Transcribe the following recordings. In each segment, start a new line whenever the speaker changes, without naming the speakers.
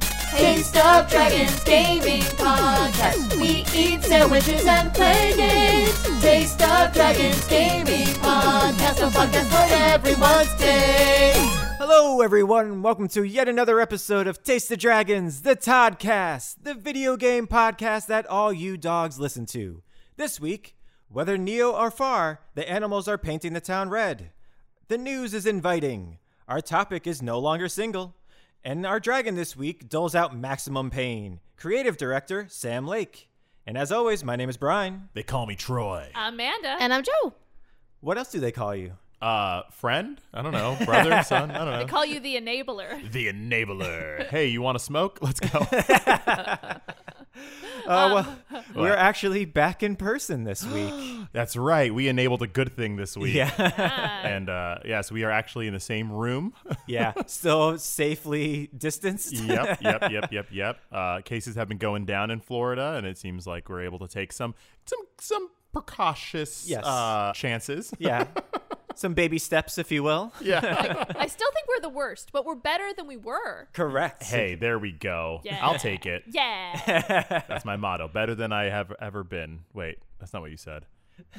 Taste of Dragons Gaming Podcast. We eat sandwiches and play games. Taste of Dragons Gaming Podcast. A podcast for everyone's taste.
Hello, everyone, and welcome to yet another episode of Taste the Dragons, the Toddcast, the video game podcast that all you dogs listen to. This week, whether Neo or Far, the animals are painting the town red. The news is inviting. Our topic is no longer single. And our dragon this week doles out maximum pain. Creative director, Sam Lake. And as always, my name is Brian.
They call me Troy.
Um, Amanda.
And I'm Joe.
What else do they call you?
Uh, friend? I don't know. Brother, son? I don't know.
Call you the enabler.
the enabler. hey, you want to smoke? Let's go.
Oh, well, we're actually back in person this week.
That's right. We enabled a good thing this week.
yeah.
And uh, yes, we are actually in the same room.
yeah, still safely distanced.
yep, yep, yep, yep, yep. Uh, cases have been going down in Florida, and it seems like we're able to take some some some precautious
Yes.
uh, chances.
yeah. Some baby steps, if you will.
yeah.
I still think we're the worst, but we're better than we were.
Correct.
hey, there we go.
Yeah.
I'll take it.
Yeah.
That's my motto. Better than I have ever been. Wait, that's not what you said.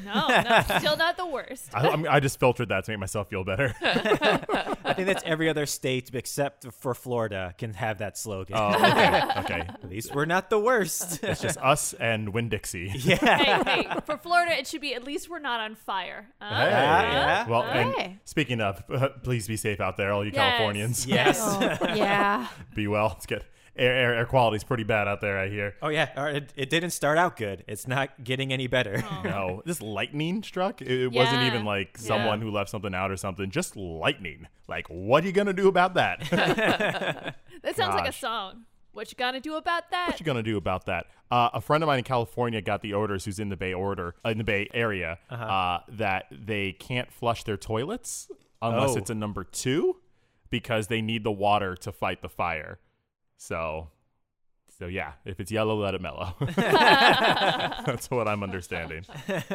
No, no, still not the worst.
I, I'm, I just filtered that to make myself feel better.
I think that's every other state except for Florida can have that slogan.
Oh, okay. okay.
At least we're not the worst.
It's just us and Winn Dixie.
yeah.
Hey, hey, for Florida, it should be at least we're not on fire. Uh,
yeah.
Well,
Hey.
and speaking of, please be safe out there, all you
Yes.
Californians.
Yes.
Oh, yeah.
Be well. It's good. Air, air, air quality's pretty bad out there, I hear.
Oh, yeah. All right, It, it didn't start out good. It's not getting any better.
No, this lightning struck. It, it wasn't
Oh. Yeah.
even like
Yeah.
someone who left something out or something. Just lightning. Like, what are you gonna do about that?
that sounds like a
gosh.
song. What you gonna do about that?
what you gonna do about that? Uh, a friend of mine in California got the orders, who's in the Bay Order, uh, in the Bay Area,
Uh-huh.
uh that they can't flush their toilets unless
Oh.
it's a number two, because they need the water to fight the fire. So, so yeah, if it's yellow, let it mellow. That's what I'm understanding.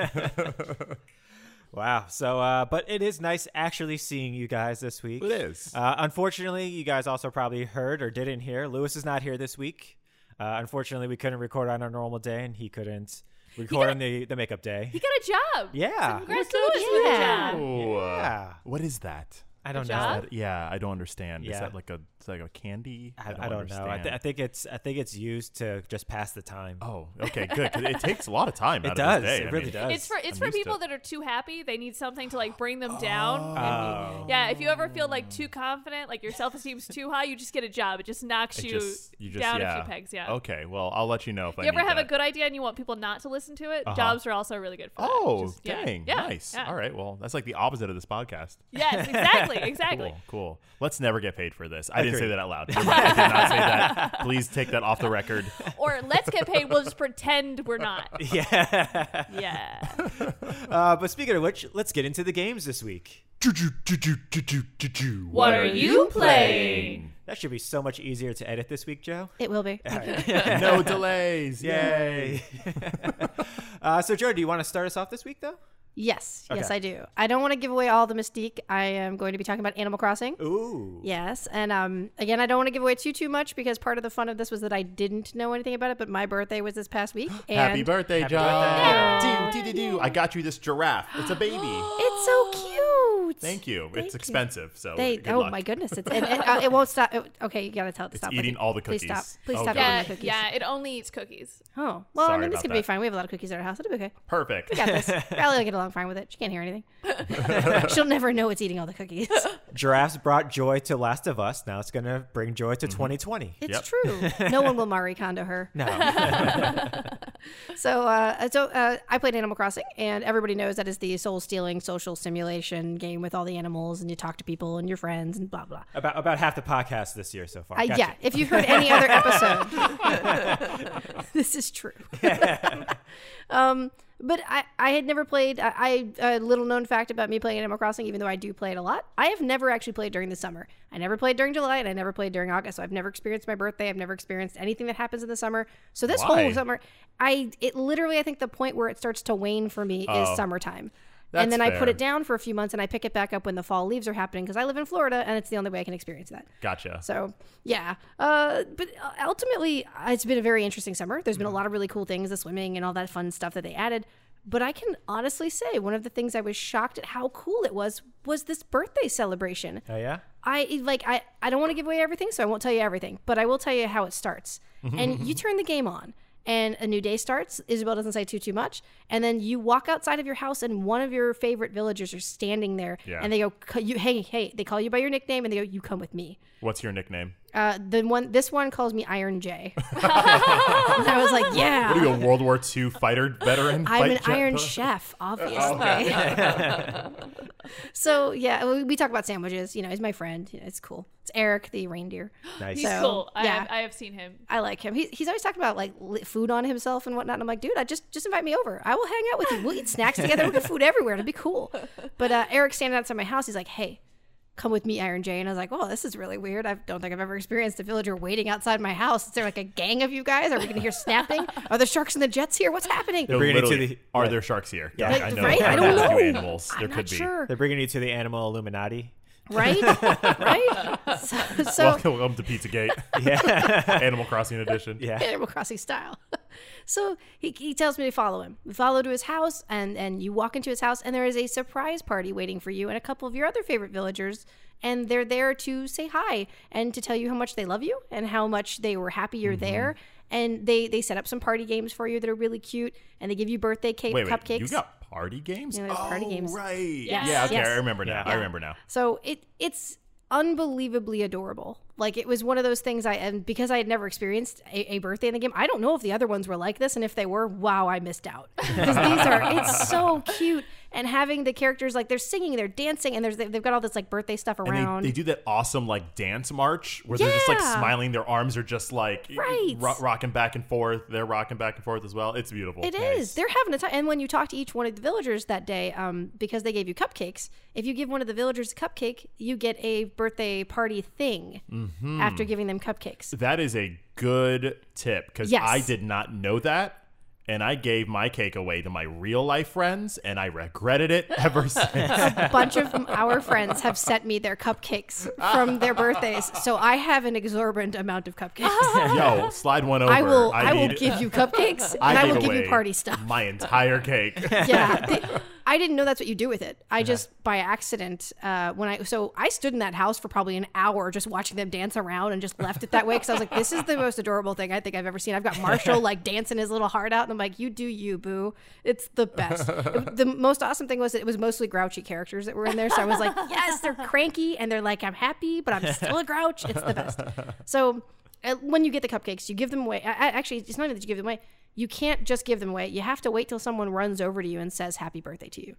Wow. So, uh, but it is nice actually seeing you guys this week.
It is.
Uh, unfortunately, you guys also probably heard or didn't hear. Lewis is not here this week. Uh, unfortunately, we couldn't record on our normal day, and he couldn't record on the, the makeup day.
He got a job.
yeah.
Congrats to
Look at
Louis with a
yeah.
job.
Oh, uh,
Yeah.
what is that?
I don't
Good
know.
job.
That- yeah, I don't understand.
Yeah.
Is that like a it's like a candy?
I, I don't, know. I, th- I
understand.
think it's I think it's used to just pass the time.
oh, okay, good. 'cause it takes a lot of time.
it
out
does.
Of his day. I
it really
mean,
does.
It's for it's
I'm
for
used
people
to-
that are too happy. They need something to like bring them down.
Oh.
Oh.
And- Yeah, if you ever feel like too confident, like your self esteem's too high, you just get a job. It just knocks
It
you,
just- you just-
down
yeah.
a few pegs. Yeah.
Okay, well, I'll let you know if I
you ever
need
have a
that. Uh-huh.
good idea and you want people not to listen to it? Jobs are also really good for that.
Oh,
Just- yeah.
dang!
Yeah,
Nice.
yeah.
All right. Well, that's like the opposite of this podcast.
Yes, exactly, exactly.
Cool. Cool. Let's never get paid for this. I didn't say
Agreed.
that out loud. You're right, I did not say that. Please take that off the record.
Or let's get paid. We'll just pretend we're not.
yeah.
Yeah.
uh, but speaking of which, let's get into the games this week.
What are you playing?
That should be so much easier to edit this week, Joe.
It will be.
No delays.
Yay! uh, so, Joe, do you want to start us off this week, though?
Yes. Yes,
Okay.
I do. I don't want to give away all the mystique. I am going to be talking about Animal Crossing.
Ooh.
Yes. And um, again, I don't want to give away too, too much because part of the fun of this was that I didn't know anything about it, but my birthday was this past week. And
Happy birthday, John. Do, do, do, do. I got you this giraffe. It's a baby.
It's so cute.
Thank you. it's
you.
expensive, so
They,
good
oh
luck.
my goodness! It's, it, it, uh, it won't stop. It- okay, you gotta tell it to stop.
eating
Like,
all the
Please stop.
cookies.
Please
Oh,
stop
God.
eating
Yeah,
the cookies.
yeah, it only eats cookies.
Oh well,
Sorry
I mean this
about
could be
that.
fine. We have a lot of cookies at our house. It'll be okay.
Perfect.
We got this. Riley will get along fine with it. She can't hear anything. She'll never know it's eating all the cookies.
Giraffes brought joy to Last of Us. Now it's going to bring joy to 2020.
It's
Yep.
true. No one will Marie Kondo her.
No.
So, uh, so uh, I played Animal Crossing, and everybody knows that is the soul-stealing social simulation game with all the animals, and you talk to people and your friends and blah blah.
about about half the podcast this year so far.
Uh,
Gotcha.
Yeah, if you heard any other episode, this is true. um, but I, I had never played. I, I a little known fact about me playing Animal Crossing, even though I do play it a lot. I have never actually played during the summer. I never played during July, and I never played during August. So I've never experienced my birthday. I've never experienced anything that happens in the summer. So this
Why?
whole summer, I it literally I think the point where it starts to wane for me is summertime.
Oh. That's
and then I put
fair.
it down for a few months and I pick it back up when the fall leaves are happening because I live in Florida and it's the only way I can experience that.
Gotcha.
So yeah, uh, but ultimately, uh, it's been a very interesting summer. There's been a lot of really cool things, the swimming and all that fun stuff that they added. But I can honestly say one of the things I was shocked at how cool it was was this birthday celebration.
Oh yeah.
I like I, I don't want to give away everything, so I won't tell you everything, but I will tell you how it starts. and you turn the game on and a new day starts. Isabel doesn't say too too much, and then you walk outside of your house and one of your favorite villagers are standing there
Yeah.
and they go "C- you hey hey, they call you by your nickname and they go you come with me.
What's your nickname?
Uh, the one this one calls me Iron J. and I was like, yeah.
What are you, a World War II fighter veteran?
I'm an
Fight jet
Iron
pilot?
Chef, obviously. so yeah, we- we talk about sandwiches. You know, he's my friend. You know, it's cool. It's Eric the reindeer.
Nice.
He's
So,
cool. I,
yeah.
have, I have seen him.
I like him. He, he's always talking about like li- food on himself and whatnot. And I'm like, dude, I just just invite me over. I will hang out with you. We'll eat snacks together. We'll get food everywhere. It'll be cool. But uh, Eric standing outside my house, he's like, hey, come with me, Iron J. And I was like, well, this is really weird. I don't think I've ever experienced a villager waiting outside my house. Is there like a gang of you guys? Are we going to hear snapping? Are the sharks and the jets here? What's happening?
No,
Bringing it to
literally,
the-
are
yeah.
there sharks here?
Yeah.
Doc,
Like,
I know.
right?
there
I
are
don't
rescue
know.
Animals.
I'm
there
not
could be.
sure.
They're bringing you to the animal Illuminati.
Right? right? So, so
Welcome, welcome to Pizzagate. yeah. Animal Crossing edition.
Yeah.
Animal Crossing style. so he, he tells me to follow him. We follow to his house, and, and you walk into his house, and there is a surprise party waiting for you and a couple of your other favorite villagers. And they're there to say hi and to tell you how much they love you and how much they were happy you're
Mm-hmm.
there. And they, they set up some party games for you that are really cute, and they give you birthday cake
Wait, wait.
cupcakes.
You got party games?
Yeah, there's party
oh,
games.
right.
Yes.
Yeah, okay.
Yes.
I remember now. I remember now.
So it it's unbelievably adorable. Like it was one of those things I and because I had never experienced a, a birthday in the game, I don't know if the other ones were like this, and if they were, wow, I missed out. Because these are it's so cute, and having the characters like they're singing, they're dancing, and there's they've got all this like birthday stuff around.
And they, they do that awesome like dance march where they're just like
Yeah.
smiling. Their arms are just like
Right.
ro- rocking back and forth. They're rocking back and forth as well. It's beautiful.
It is. They're having a time. And when you talk to each one of the villagers that day, um, because they gave you cupcakes, if you give one of the villagers a cupcake, you get a birthday party thing
Mm-hmm.
after giving them cupcakes.
That is a good tip because
Yes.
I did not know that. And I gave my cake away to my real life friends, and I regretted it ever since.
bunch of our friends have sent me their cupcakes from their birthdays, so I have an exorbitant amount of cupcakes.
Yo, slide one over.
I will, I, will
need-
give you cupcakes, and I
gave
will give you
away
party stuff.
My entire cake.
Yeah, they- I didn't know that's what you do with it. I just by accident uh, when I so I stood in that house for probably an hour just watching them dance around and just left it that way because I was like, this is the most adorable thing I think I've ever seen. I've got Marshall like dancing his little heart out, and I'm like, you do you, boo. It's the best. It- the most awesome thing was that it was mostly grouchy characters that were in there, so I was like, yes, they're cranky and they're like, I'm happy, but I'm still a grouch. It's the best. So uh, when you get the cupcakes, you give them away. I, I- actually, it's not even that you give them away. You can't just give them away. You have to wait till someone runs over to you and says happy birthday to you.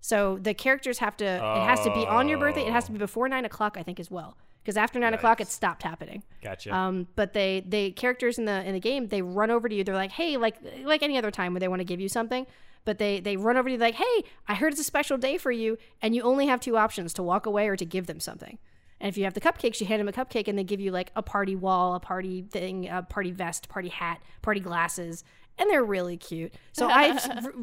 So the characters have to. It has to be on your birthday. It has to be before nine o'clock, I think, as well. Because after nine o'clock, it stopped happening.
Gotcha.
Um, but they they characters in the in the game they run over to you. They're like, hey, like like any other time when they want to give you something, but they they run over to you like, hey, I heard it's a special day for you, and you only have two options to walk away or to give them something. And if you have the cupcakes, you hand them a cupcake, and they give you like a party wall, a party thing, a party vest, party hat, party glasses, and they're really cute. So I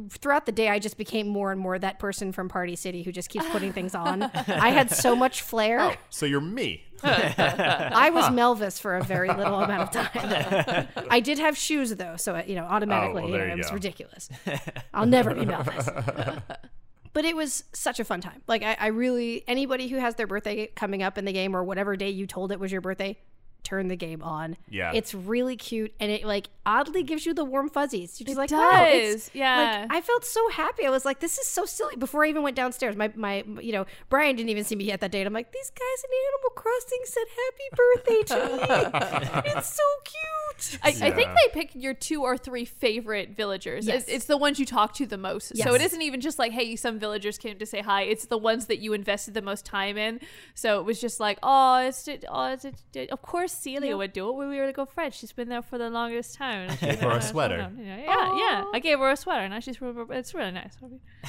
throughout the day, I just became more and more that person from Party City who just keeps putting things on. I had so much flair.
Oh, So you're me.
I was Melvis for a very little amount of time. I did have shoes though, so you know automatically
Oh, well,
you know,
there you
it was
go.
ridiculous. I'll never be Melvis. But it was such a fun time. Like I, I really anybody who has their birthday coming up in the game or whatever day you told it was your birthday, turn the game on.
Yeah.
it's really cute and it like oddly gives you the warm fuzzies. You're just like,
does.
wow, it's-
yeah.
like, I felt so happy. I was like, this is so silly. Before I even went downstairs, my, my you know, Brian didn't even see me yet that day. And I'm like, these guys in Animal Crossing said happy birthday to me. it's so cute.
I, I think
Yeah.
they pick your two or three favorite villagers.
Yes.
It's, it's the ones you talk to the most.
Yes.
So it isn't even just like, hey, some villagers came to say hi. It's the ones that you invested the most time in. So it was just like, oh, it's, it, oh, it's, it, of course Celia would do it. We were go friends. She's been there for the longest time. And
Gave her a sweater.
Yeah, yeah, yeah. I gave her a sweater. Now she's real- it's really nice.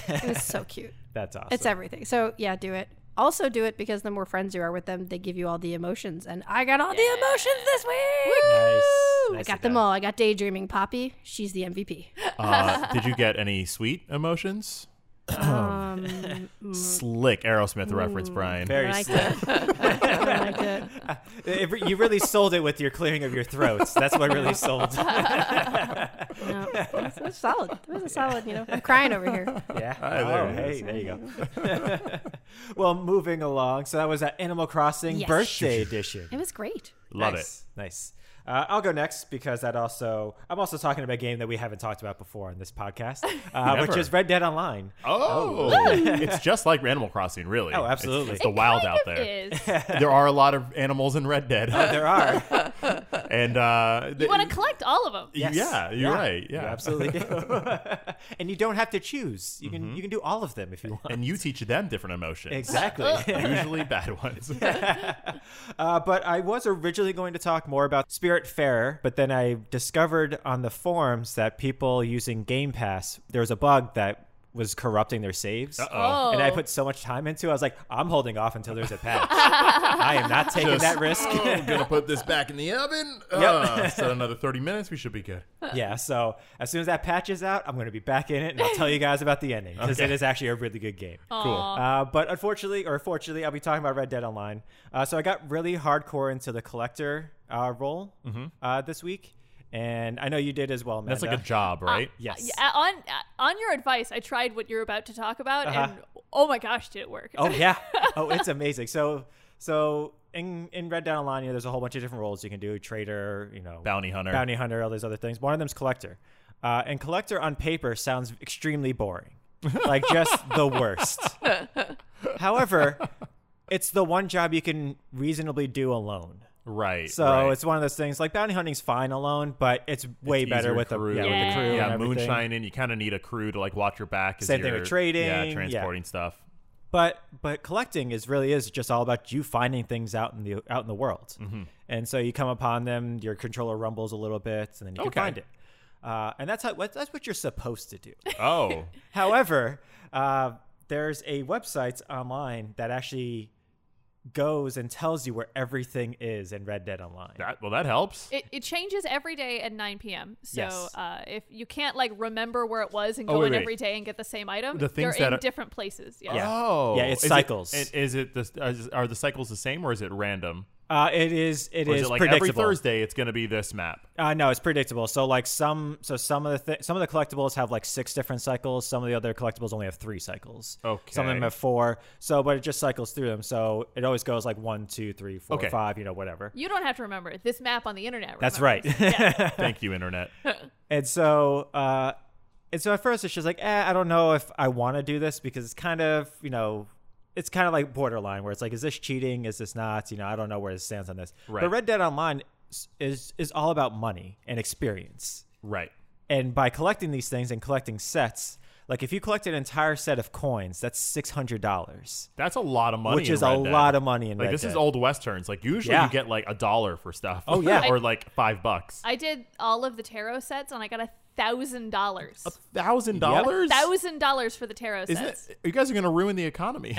It was so cute.
That's awesome.
It's everything. So yeah, do it. Also do it because the more friends you are with them, they give you all the emotions. And I got all the emotions this week.
nice.
I
Nicely
got them
done.
all. I got daydreaming Poppy. She's the MVP.
Uh, did you get any sweet emotions?
Um, mm,
Slick Aerosmith reference, Brian.
I
Very
like
slick.
it. I like it.
It re- you really sold it with your clearing of your throats. That's what really sold.
No, that's, that's solid. That was a solid. You know, I'm crying over here.
Yeah.
Ah, there
oh,
it
hey, there you go. well, moving along. So that was that Animal Crossing
Yes.
birthday edition.
It was great.
Love it.
nice, Nice. Uh, I'll go next because that also I'm also talking about a game that we haven't talked about before on this podcast, uh, which
Never.
is Red Dead Online.
Oh, it's just like Animal Crossing, really.
Oh,
It's-
absolutely.
It's, the wild out there. There are a lot of animals in Red Dead,
Oh,
There are.
and uh,
You want to collect all of them.
Yes.
Yeah, you're right.
you
Yeah.
absolutely do. and you don't have to choose. You can you
Mm-hmm.
can do all of them if you want.
and you teach them different emotions.
Exactly.
Oh.
Usually bad ones.
Uh, but I was originally going to talk more about Spirit Spiritfarer, but then I discovered on the forums that people using Game Pass, there was a bug that was corrupting their saves.
Uh-oh.
And I put so much time into it, I was like, I'm holding off until there's a patch. I am not taking that risk.
"Oh, I'm gonna put this back in the oven. Uh, set another 30 minutes. We should be good.
yeah, so as soon as that patch is out, I'm going to be back in it and I'll tell you guys about the ending because it
Okay.
is actually a really good game.
Cool.
Uh, but unfortunately, or fortunately, I'll be talking about Red Dead Online. Uh, so I got really hardcore into the collector uh, role uh, this week, and I know you did as well, Amanda.
Mm-hmm. That's like a job, right?
Yes.
Uh, on uh, on your advice, I tried what you're about to talk about,
Uh-huh.
and oh my gosh, did it work?
Oh yeah. Oh, it's amazing. So so in in Red Dead Online, you know, there's a whole bunch of different roles you can do: trader, you know,
Bounty hunter.
bounty hunter, all those other things. One of them's collector, uh, and collector on paper sounds extremely boring, like just the worst. However, it's the one job you can reasonably do alone.
Right.
So
right.
it's one of those things like bounty hunting's fine alone, but it's way
It's
better
easier
with
crew.
a yeah, with
Yeah.
the crew.
Yeah,
and everything.
moonshining. You kind of need a crew to like watch your back. As
Same thing with
you're-
trading, yeah.
Yeah, transporting stuff.
But but collecting is really is just all about you finding things out in the out in the world,
Mm-hmm.
and so you come upon them. Your controller rumbles a little bit, and then you
Okay.
can find it. Uh, and that's how what- that's what you're supposed to do.
Oh,
However, uh, there's a website online that actually goes and tells you where everything is in Red Dead Online.
that well, that helps.
It, it changes every day at 9 p.m. So
Yes.
uh, if you can't like remember where it was and
Oh,
go
wait,
in
wait.
every day and get the same item,
The
they're
things that
in
are-
different places. Yeah.
Yeah.
Oh,
Yeah, it's
Is it-
cycles.
It, is it the is, are the cycles the same or is it random?
Uh, it is it
Or is
is
it like every
predictable.
Thursday it's going to be this map?
Uh, no, it's predictable. So like some, so some of the th- some of the collectibles have like six different cycles. Some of the other collectibles only have three cycles. Some of
Okay.
them have four. So, but it just cycles through them. So it always goes like one, two, three, four,
Okay.
five, You know, whatever.
You don't have to remember it. this map on the internet.
That's right.
remembers.
Thank you, internet.
and so, uh, and so at first it's just like, eh, I don't know if I want to do this because it's kind of, you know, it's kind of like borderline where it's like, is this cheating? Is this not? You know, I don't know where it stands on this.
Right.
But Red Dead Online is is, is all about money and experience.
right.
and by collecting these things and collecting sets like if you collect an entire set of coins that's $600
That's a lot of money.
Which
in
is a
Red Dead.
lot of money in
like
Red
this is
Dead.
old westerns. Like usually
Yeah.
you get like a dollar for stuff.
Oh, yeah.
or like five bucks.
I did all of the tarot sets and I got a thousand dollars.
Thousand dollars.
Thousand dollars for the tarot
Isn't
sets.
it? You guys are going to ruin the economy.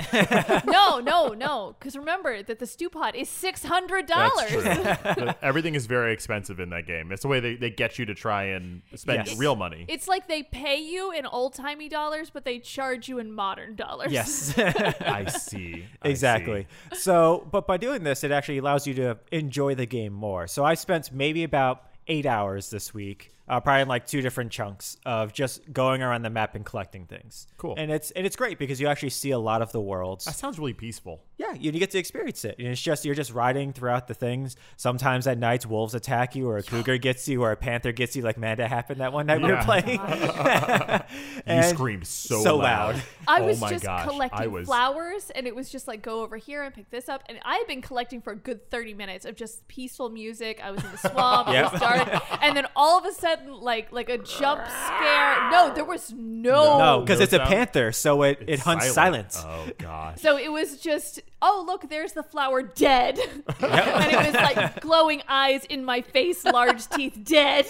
No, no, no. Because remember that the stew pot is six hundred
That's true.
dollars.
The- Everything is very expensive in that game. It's the way they, they get you to try and spend
Yes.
real money.
It's like they pay you in old timey dollars, but they charge you in modern dollars.
yes
I see. I
exactly so but by doing this it actually allows you to enjoy the game more so i spent maybe about eight hours this week uh, probably in like two different chunks of just going around the map and collecting things
Cool.
and it's and it's great because you actually see a lot of the world
That sounds really peaceful.
Yeah, you you get to experience it. And it's just you're just riding throughout the things. Sometimes at nights wolves attack you or a cougar gets you or a panther gets you like Manda happened that one night we were
Yeah.
playing.
You
And
screamed so,
so
loud.
loud.
I
oh
was
my
just
gosh.
collecting
I was,
flowers, and it was just like go over here and pick this up. And I had been collecting for a good thirty minutes of just peaceful music. I was in the swamp, it was dark, and then all of a sudden, like like a jump scare. No, there was no.
No, because
No
it's a
sound?
panther, so it, it hunts silent.
Oh gosh.
So it was just, oh look, there's the flower dead, and it was like glowing eyes in my face, large teeth, dead.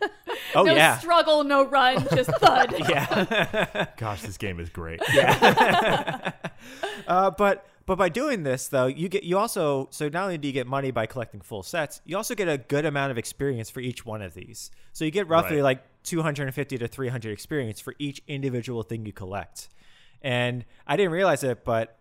Uh.
Oh,
no
yeah.
struggle, no run, just thud.
yeah.
gosh, this game is great.
Uh, but but by doing this though, you get you also so not only do you get money by collecting full sets, you also get a good amount of experience for each one of these. So you get roughly
Right.
like 250 to 300 experience for each individual thing you collect. And I didn't realize it, but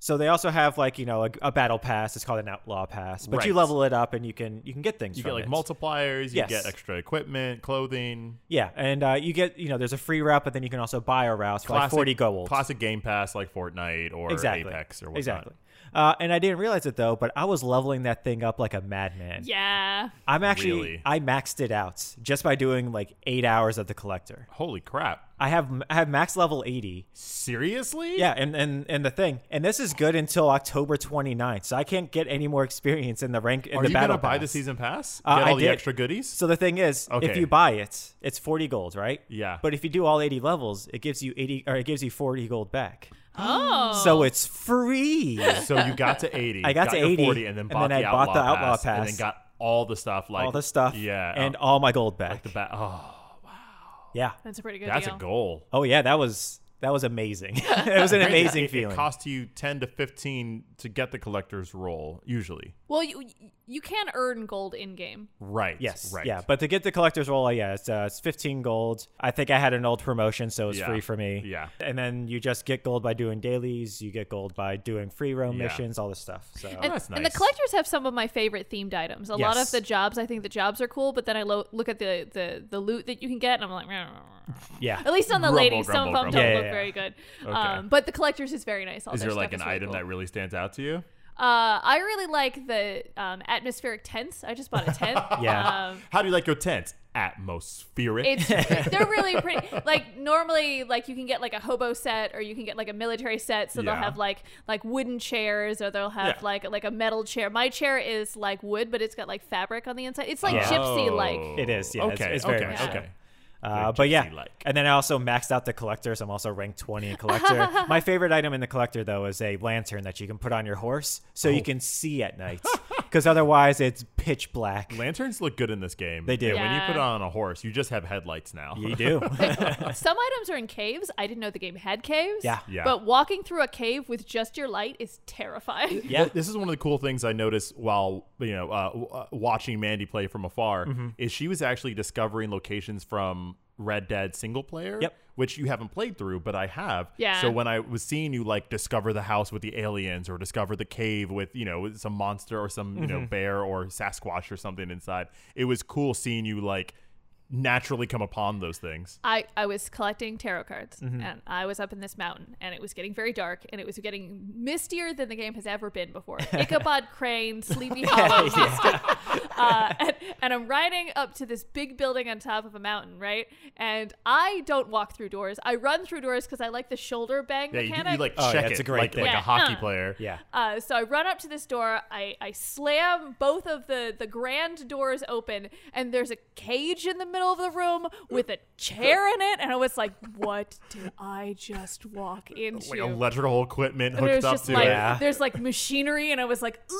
so they also have like you know a, a battle pass. It's called an outlaw pass, but you
Right.
level it up and you can you can get things.
You
from
get like
it.
multipliers, you
Yes.
get extra equipment, clothing,
Yeah, and uh, you get you know there's a free route, but then you can also buy a route for like
classic,
forty gold.
classic Game Pass like Fortnite or
exactly.
Apex or whatnot.
exactly. Uh, and I didn't realize it though, but I was leveling that thing up like a madman.
Yeah.
I'm actually
Really?
I maxed it out just by doing like eight hours of the collector.
Holy crap!
I have I have max level eighty.
Seriously?
Yeah, and, and and the thing, and this is good until October 29th, so I can't get any more experience in the rank in
Are
the
you
battle
gonna buy the
pass.
season pass?
Uh,
get
I
all the
did.
extra goodies?
So the thing is, if
Okay.
you buy it, it's 40 gold, right?
Yeah.
But if you do all 80 levels, it gives you 80 or it gives you 40 gold back.
Oh.
So it's free.
So you got to 80.
I got to
your
80,
40, and then
and
bought,
then
the,
I
outlaw
bought the Outlaw
pass, and then
Pass.
got all the stuff like
all the stuff
Yeah,
and
uh,
all my gold back.
the ba- oh,
yeah.
That's a pretty good
that's
deal.
a goal.
Oh yeah, that was that was amazing. it was an
Granted,
amazing
it,
feeling.
It costs you 10 to 15 to get the collector's roll usually.
Well, you you can earn gold in game.
Right.
Yes.
Right.
Yeah, but to get the collector's roll, yeah, it's, uh, it's 15 gold. I think I had an old promotion, so it was
Yeah.
free for me.
Yeah.
And then you just get gold by doing dailies. You get gold by doing free roam
Yeah.
missions, all this stuff. So
And,
Oh, that's
and the
nice.
collectors have some of my favorite themed items. A lot
Yes.
of the jobs, I think the jobs are cool, but then I lo- look at the, the, the loot that you can get, and I'm like, "Rah, rah, rah, rah."
yeah.
at least on the
Grumble,
ladies, some of them
grumble,
don't
grumble.
look
Yeah,
very good. Um, but the collectors is very nice. All
Is
their
there like an
stuff is really
item
cool.
that really stands out to you?
Uh, I really like the um, atmospheric tents. I just bought a tent.
Yeah.
Um,
How do you like your tent? Atmospheric.
it's they're really pretty. Like normally, like you can get like a hobo set, or you can get like a military set. So
Yeah.
they'll have like like wooden chairs, or they'll have
Yeah.
like like a metal chair. My chair is like wood, but it's got like fabric on the inside. It's like
Yeah. Oh.
gypsy like.
It is, yeah, it's-
okay.
it's very
okay.
much
so.
okay.
Uh,
Very
but yeah,
gypsy-like.
and then I also maxed out the collectors. I'm also ranked 20 in collector. My favorite item in the collector though is a lantern that you can put on your horse so
Oh.
you can see at night, because otherwise it's pitch black.
Lanterns look good in this game.
They do.
And When you put it
Yeah.
on a horse, you just have headlights now.
you do.
Some items are in caves. I didn't know the game had caves.
Yeah.
Yeah.
But walking through a cave with just your light is terrifying.
Yeah.
Well, this is one of the cool things I noticed while you know uh, w- uh, watching Mandy play from afar
Mm-hmm.
is she was actually discovering locations from Red Dead single player.
Yep.
Which you haven't played through, but I have.
Yeah.
So when I was seeing you like discover the house with the aliens or discover the cave with you know some monster or some you
Mm-hmm.
know bear or Sasquatch or something inside, it was cool seeing you like naturally come upon those things.
I, I was collecting tarot cards
Mm-hmm.
and I was up in this mountain and it was getting very dark and it was getting mistier than the game has ever been before. Ichabod Crane, Sleepy Hollow, uh, and, and I'm riding up to this big building on top of a mountain, right? And I don't walk through doors. I run through doors because I like the shoulder bang
Yeah, you,
mechanic.
you like
Oh, yeah,
check
it's
it
a great
like,
thing.
like
Yeah.
a hockey
Uh.
player.
yeah.
Uh, so I run up to this door. I, I slam both of the, the grand doors open, and there's a cage in the middle of the room with a chair in it. And I was like, what did I just walk into?
Like electrical equipment
and
hooked
there's
up
just
to
like
it.
Yeah.
there's like machinery, and I was like, ooh.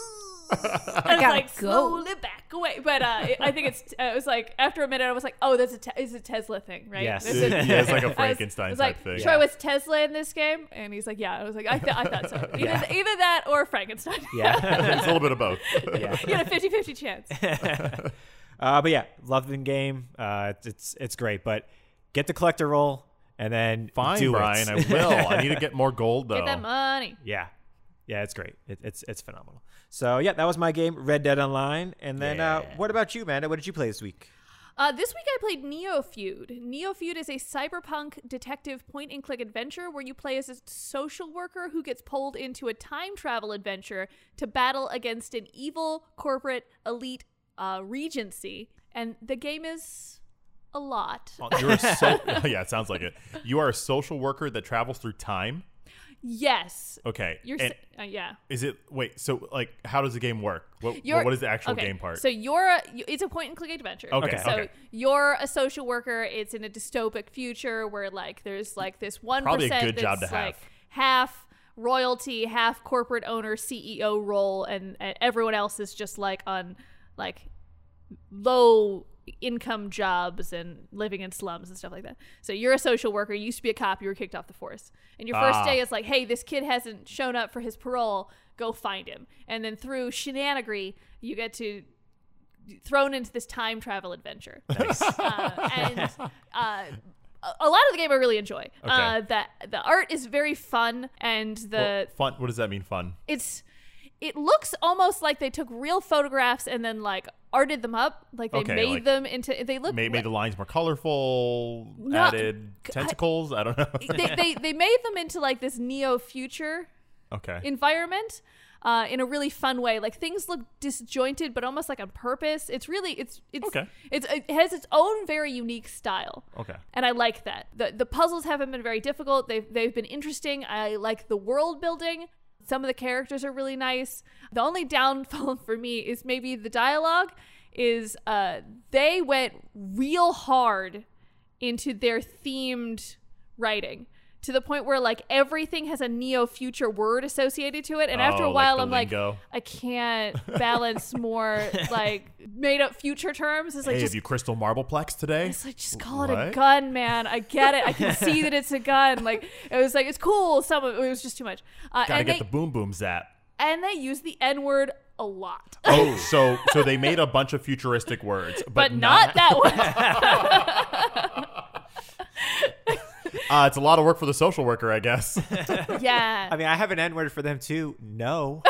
I was
gotta
like
go.
slowly back away, but uh, it- I think it's. Uh, it was like after a minute, I was like, "Oh, that's a te- it's a Tesla thing, right?"
Yes.
That's a-
yeah, it's like a
I was-
Frankenstein
I was
type
like,
thing.
Troy was Tesla in this game, and he's like, "Yeah." I was like, "I, th- I thought so." Either, either that or Frankenstein.
Yeah.
it's a little bit of both.
yeah.
you had a 50-50 chance.
Uh, but yeah, love the game. Uh, it's- it's it's great, but get the collector roll and then
Fine,
do
Brian.
It.
I will. I need to get more gold though.
Get that money.
yeah, yeah, it's great. It, it's it's phenomenal. So yeah, that was my game, Red Dead Online. And then uh,
Yeah.
what about you, Amanda? What did you play this week?
Uh, this week I played Neo Feud. Neo Feud is a cyberpunk detective point and click adventure where you play as a social worker who gets pulled into a time travel adventure to battle against an evil corporate elite uh, regency. And the game is a lot.
Oh, You're a so- yeah, it sounds like it. You are a social worker that travels through time.
Yes.
Okay.
You're
and
s uh, yeah.
is it wait? So like, how does the game work? What
You're-
what is the actual
okay,
game part?
So you're a, you- it's a point and click adventure.
Okay,
Okay.
So
okay.
you're a social worker. It's in a dystopic future where like there's like this one
Probably a good job to have.
Like half royalty, half corporate owner, CEO role, and, and everyone else is just like on like low income jobs and living in slums and stuff like that. So you're a social worker, you used to be a cop, you were kicked off the force. And your first
Ah.
day is like, hey, this kid hasn't shown up for his parole, go find him. And then through shenanigans, you get to thrown into this time travel adventure. Nice. Uh, and uh, a lot of the game I really enjoy. Uh, the the art is very fun, and the
Well, fun. What does that mean? Fun.
it's it looks almost like they took real photographs and then like arted them up, like they
Okay,
made
like-
them into. They look
Made, made the lines more colorful.
No,
added tentacles. I, don't know.
they, they they made them into like this neo future
okay.
environment uh, in a really fun way. Like things look disjointed, but almost like on purpose. It's really it's it's
Okay.
it's it has its own very unique style.
Okay.
and I like that. the The puzzles haven't been very difficult. They've they've been interesting. I like the world building. Some of the characters are really nice. The only downfall for me is maybe the dialogue is uh, they went real hard into their themed writing to the point where like everything has a neo future word associated to it and after
Oh,
a
like
while
the
i'm like
lingo.
i can't balance more like made up future terms it's like
hey,
just
have you crystal marble today?
it's like just call it a
What?
gun, man. I get it. I can see that it's a gun. Like it was like it's cool. Some of it was just too much. Uh,
Gotta
and
get
they
the boom boom zap.
and they use the N word a lot,
Oh, so so they made a bunch of futuristic words, but,
but not that one.
Uh, it's a lot of work for the social worker, I guess.
yeah.
I mean, I have an N word for them too. No.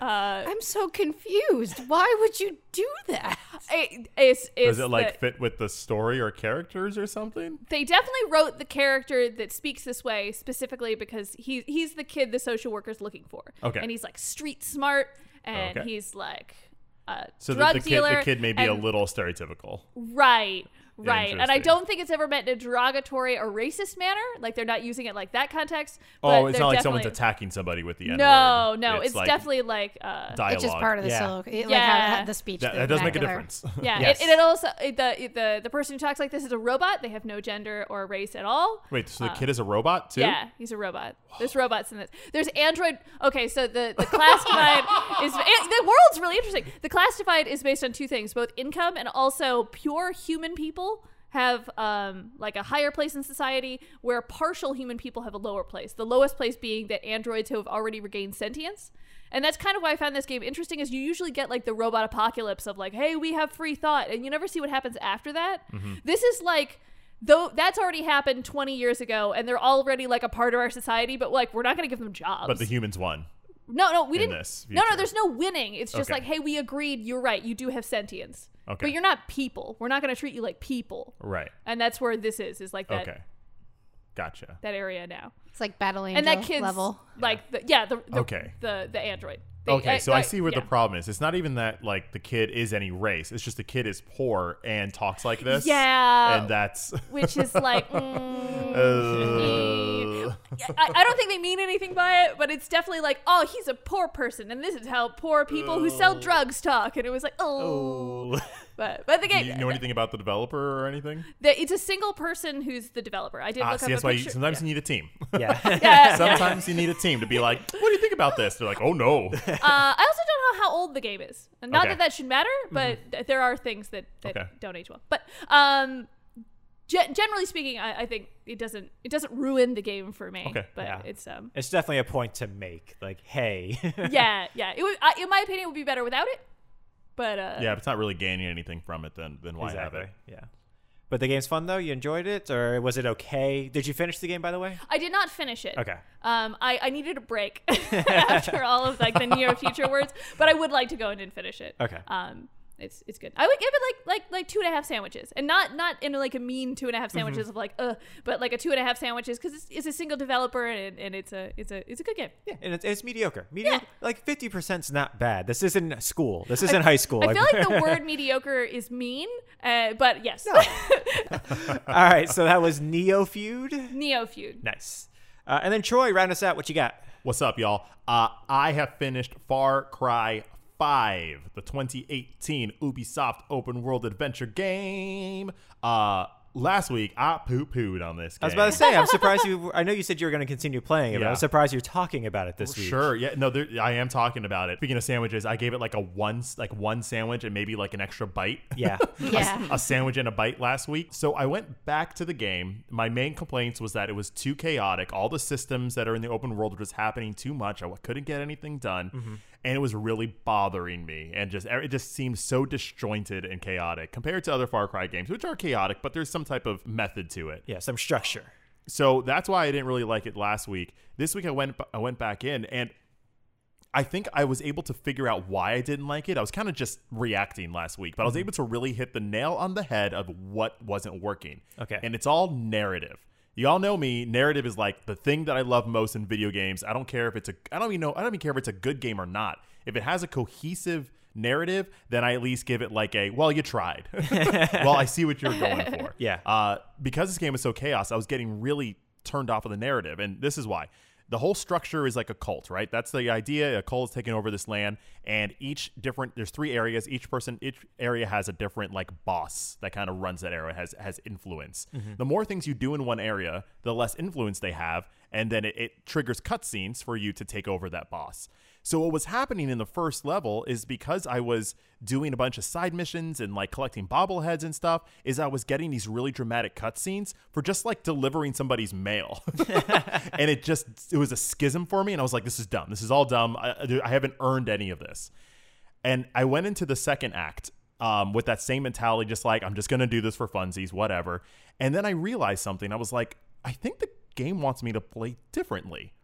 I'm so confused. Why would you do that?
It- it's, it's
Does it like
the-
fit with the story or characters or something?
they definitely wrote the character that speaks this way specifically because he he's the kid the social worker's looking for.
Okay.
And he's like street smart, and
Okay.
he's like. A
So the,
drug
the kid,
dealer
the kid may be a
and-
little stereotypical.
Right. Right. And I
Interesting.
don't think it's ever meant in a derogatory or racist manner. Like they're not using it like that context.
Oh,
but
it's
they're
not like someone's
definitely-
attacking somebody with the N-word.
No, no. It's,
like
definitely like uh
dialogue.
It's just part of the
Yeah.
solo. It, like
Yeah.
how, how the speech.
that,
the
that does make a
vernacular.
difference.
yeah,
Yes.
it, and it also it, the it- the the person who talks like this is a robot. They have no gender or race at all.
Wait, so the kid is a robot too?
Uh, Yeah, he's a robot. There's robots in this. There's android. Okay, so the the class divide is it- the world's really interesting. The class divide is based on two things: both income and also pure human people have um, like a higher place in society, where partial human people have a lower place. The lowest place being that androids who have already regained sentience. And that's kind of why I found this game interesting. Is you usually get like the robot apocalypse of like, hey, we have free thought, and you never see what happens after that. This is like though that's already happened 20 years ago and they're already like a part of our society but like we're not going to give them jobs
But the humans won.
no no we
in
didn't
this
no no
future.
there's no winning it's just
Okay.
like hey we agreed you're right you do have sentience
Okay.
but you're not people we're not going to treat you like people
Right.
and that's where this is is like that
Okay. Gotcha.
that area now
It's like battle angel
and that kid's
level.
like the, yeah the, the
Okay.
the, the android They-
Okay, so I
the-
see where
yeah.
the problem is. It's not even that like the kid is any race. It's just the kid is poor and talks like this.
Yeah.
and that's.
which is like mm,
Uh,
Yeah, I, I don't think they mean anything by it, but it's definitely like, oh, he's a poor person, and this is how poor people who sell drugs talk. And it was like, oh, but but the
do
game,
you know anything about the developer or anything?
the- it's a single person who's the developer. I did
Ah,
look
see,
up
that's
a
why you,
picture.
sometimes you need a team.
yeah.
yeah, yeah.
sometimes you need a team to be like, what do you think about this? They're like, oh no.
Uh, I also don't know how old the game is. And Not
Okay. Mm-hmm.
that that should matter, but th- there are things that, that
Okay.
don't age well. But um, ge- generally speaking, I, I think it doesn't it doesn't ruin the game for me.
Okay.
but
Yeah.
it's um,
It's definitely a point to make. Like, hey.
yeah, yeah. It would, I, in my opinion, it would be better without it. But uh,
Yeah, if it's not really gaining anything from it, then then why have it?
Yeah. But the game's fun though. You enjoyed it, or was it okay? Did you finish the game by the way?
I did not finish it.
Okay.
Um, I, I needed a break after all of like the near future words, but I would like to go in and finish it.
Okay.
Um, it's it's good. I would give it like like like two and a half sandwiches, and not not in like a mean two and a
Mm-hmm.
half sandwiches of like uh, but like a two and a half sandwiches because it's, it's a single developer and, and it's a it's a it's a good game.
Yeah, and it's, it's mediocre. Mediocre. Like fifty percent's not bad. This isn't school. This isn't high school.
I feel like the word mediocre is mean, uh, but yes,
All right, so that was Neo Feud.
Neo feud.
Nice. Uh, and then Troy, round us out. What you got?
What's up, y'all? Uh, I have finished Far Cry 5, the 2018 Ubisoft open world adventure game. Uh, last week, I poo pooed on this
I
game.
was about to say, I'm surprised you. I know you said you were going to continue playing it, but
Yeah.
I'm surprised you're talking about it this week.
Sure. Yeah. No, there, I am talking about it. Speaking of sandwiches, I gave it like a one, like one sandwich and maybe like an extra bite.
Yeah.
Yeah.
a sandwich and a bite last week. So I went back to the game. My main complaints was that it was too chaotic. All the systems that are in the open world were just happening too much. I couldn't get anything done. and it was really bothering me and just er, it just seemed so disjointed and chaotic compared to other Far Cry games which are chaotic but there's some type of method to it.
Yeah, some structure.
So that's why I didn't really like it last week. This week I went I went back in and I think I was able to figure out why I didn't like it. I was kind of just reacting last week, but I was
Mm-hmm.
able to really hit the nail on the head of what wasn't working.
Okay.
And it's all narrative. You all know me. Narrative is like the thing that I love most in video games. I don't care if it's a I don't even know I don't even care if it's a good game or not. If it has a cohesive narrative, then I at least give it like a well, you tried. well, I see what you're going for.
Yeah.
Uh, because this game is so chaos, I was getting really turned off of the narrative, and this is why. The whole structure is like a cult, right? That's the idea. A cult is taking over this land, and each different there's three areas. Each person, each area has a different like boss that kind of runs that area, has has influence. The more things you do in one area, the less influence they have, and then it, it triggers cutscenes for you to take over that boss. So what was happening in the first level is because I was doing a bunch of side missions and like collecting bobbleheads and stuff, is I was getting these really dramatic cutscenes for just like delivering somebody's mail, and it just it was a schism for me, and I was like, this is dumb. This is all dumb. I, I haven't earned any of this. And I went into the second act um, with that same mentality, just like, I'm just going to do this for funsies, whatever. And then I realized something. I was like, I think the game wants me to play differently.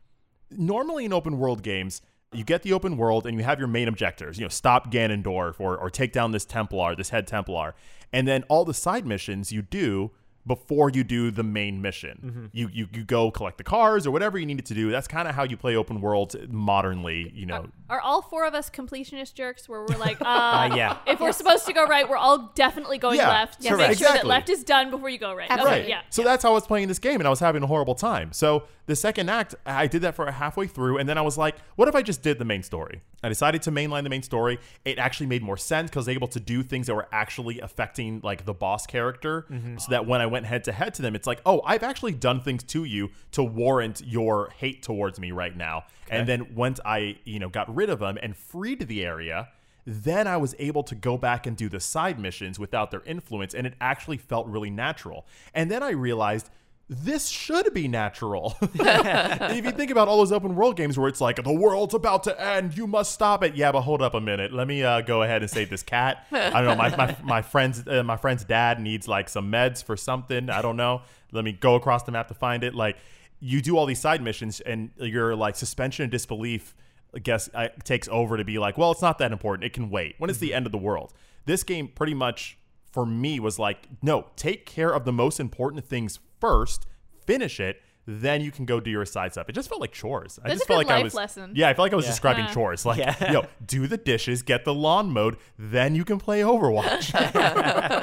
Normally in open world games, you get the open world and you have your main objectives, you know, stop Ganondorf or, or take down this Templar, this head Templar. And then all the side missions you do before you do the main mission. You, you you go collect the cars or whatever you needed to do. That's kind of how you play open worlds modernly, you know.
Are all four of us completionist jerks where we're like, uh,
yeah.
if we're supposed to go right, we're all definitely going
Yeah,
left to
correct.
make sure that
Exactly.
left is done before you go right.
Absolutely.
Okay, yeah.
So that's how I was playing this game, and I was having a horrible time. So the second act, I did that for halfway through, and then I was like, what if I just did the main story? I decided to mainline the main story. It actually made more sense because I was able to do things that were actually affecting like the boss character. So that when I went head to head to them, it's like, oh, I've actually done things to you to warrant your hate towards me right now. And then once I, you know, got rid of them and freed the area, then I was able to go back and do the side missions without their influence, and it actually felt really natural. And then I realized this should be natural. if you think about all those open world games where it's like the world's about to end, you must stop it. Yeah, but hold up a minute. Let me uh, go ahead and save this cat. I don't know. My my, my friend's uh, my friend's dad needs like some meds for something. I don't know. Let me go across the map to find it. Like you do all these side missions, and your like suspension of disbelief I guess I, takes over to be like, well, it's not that important. It can wait. When it's the end of the world, this game pretty much for me was like, no, take care of the most important things first, finish it, then you can go do your side stuff. It just felt like chores. I
That's
just
a
felt
good
like I
life
was
lesson.
yeah, I felt like I was describing
Yeah.
chores. Like, yo, do the dishes, get the lawn mowed, then you can play Overwatch.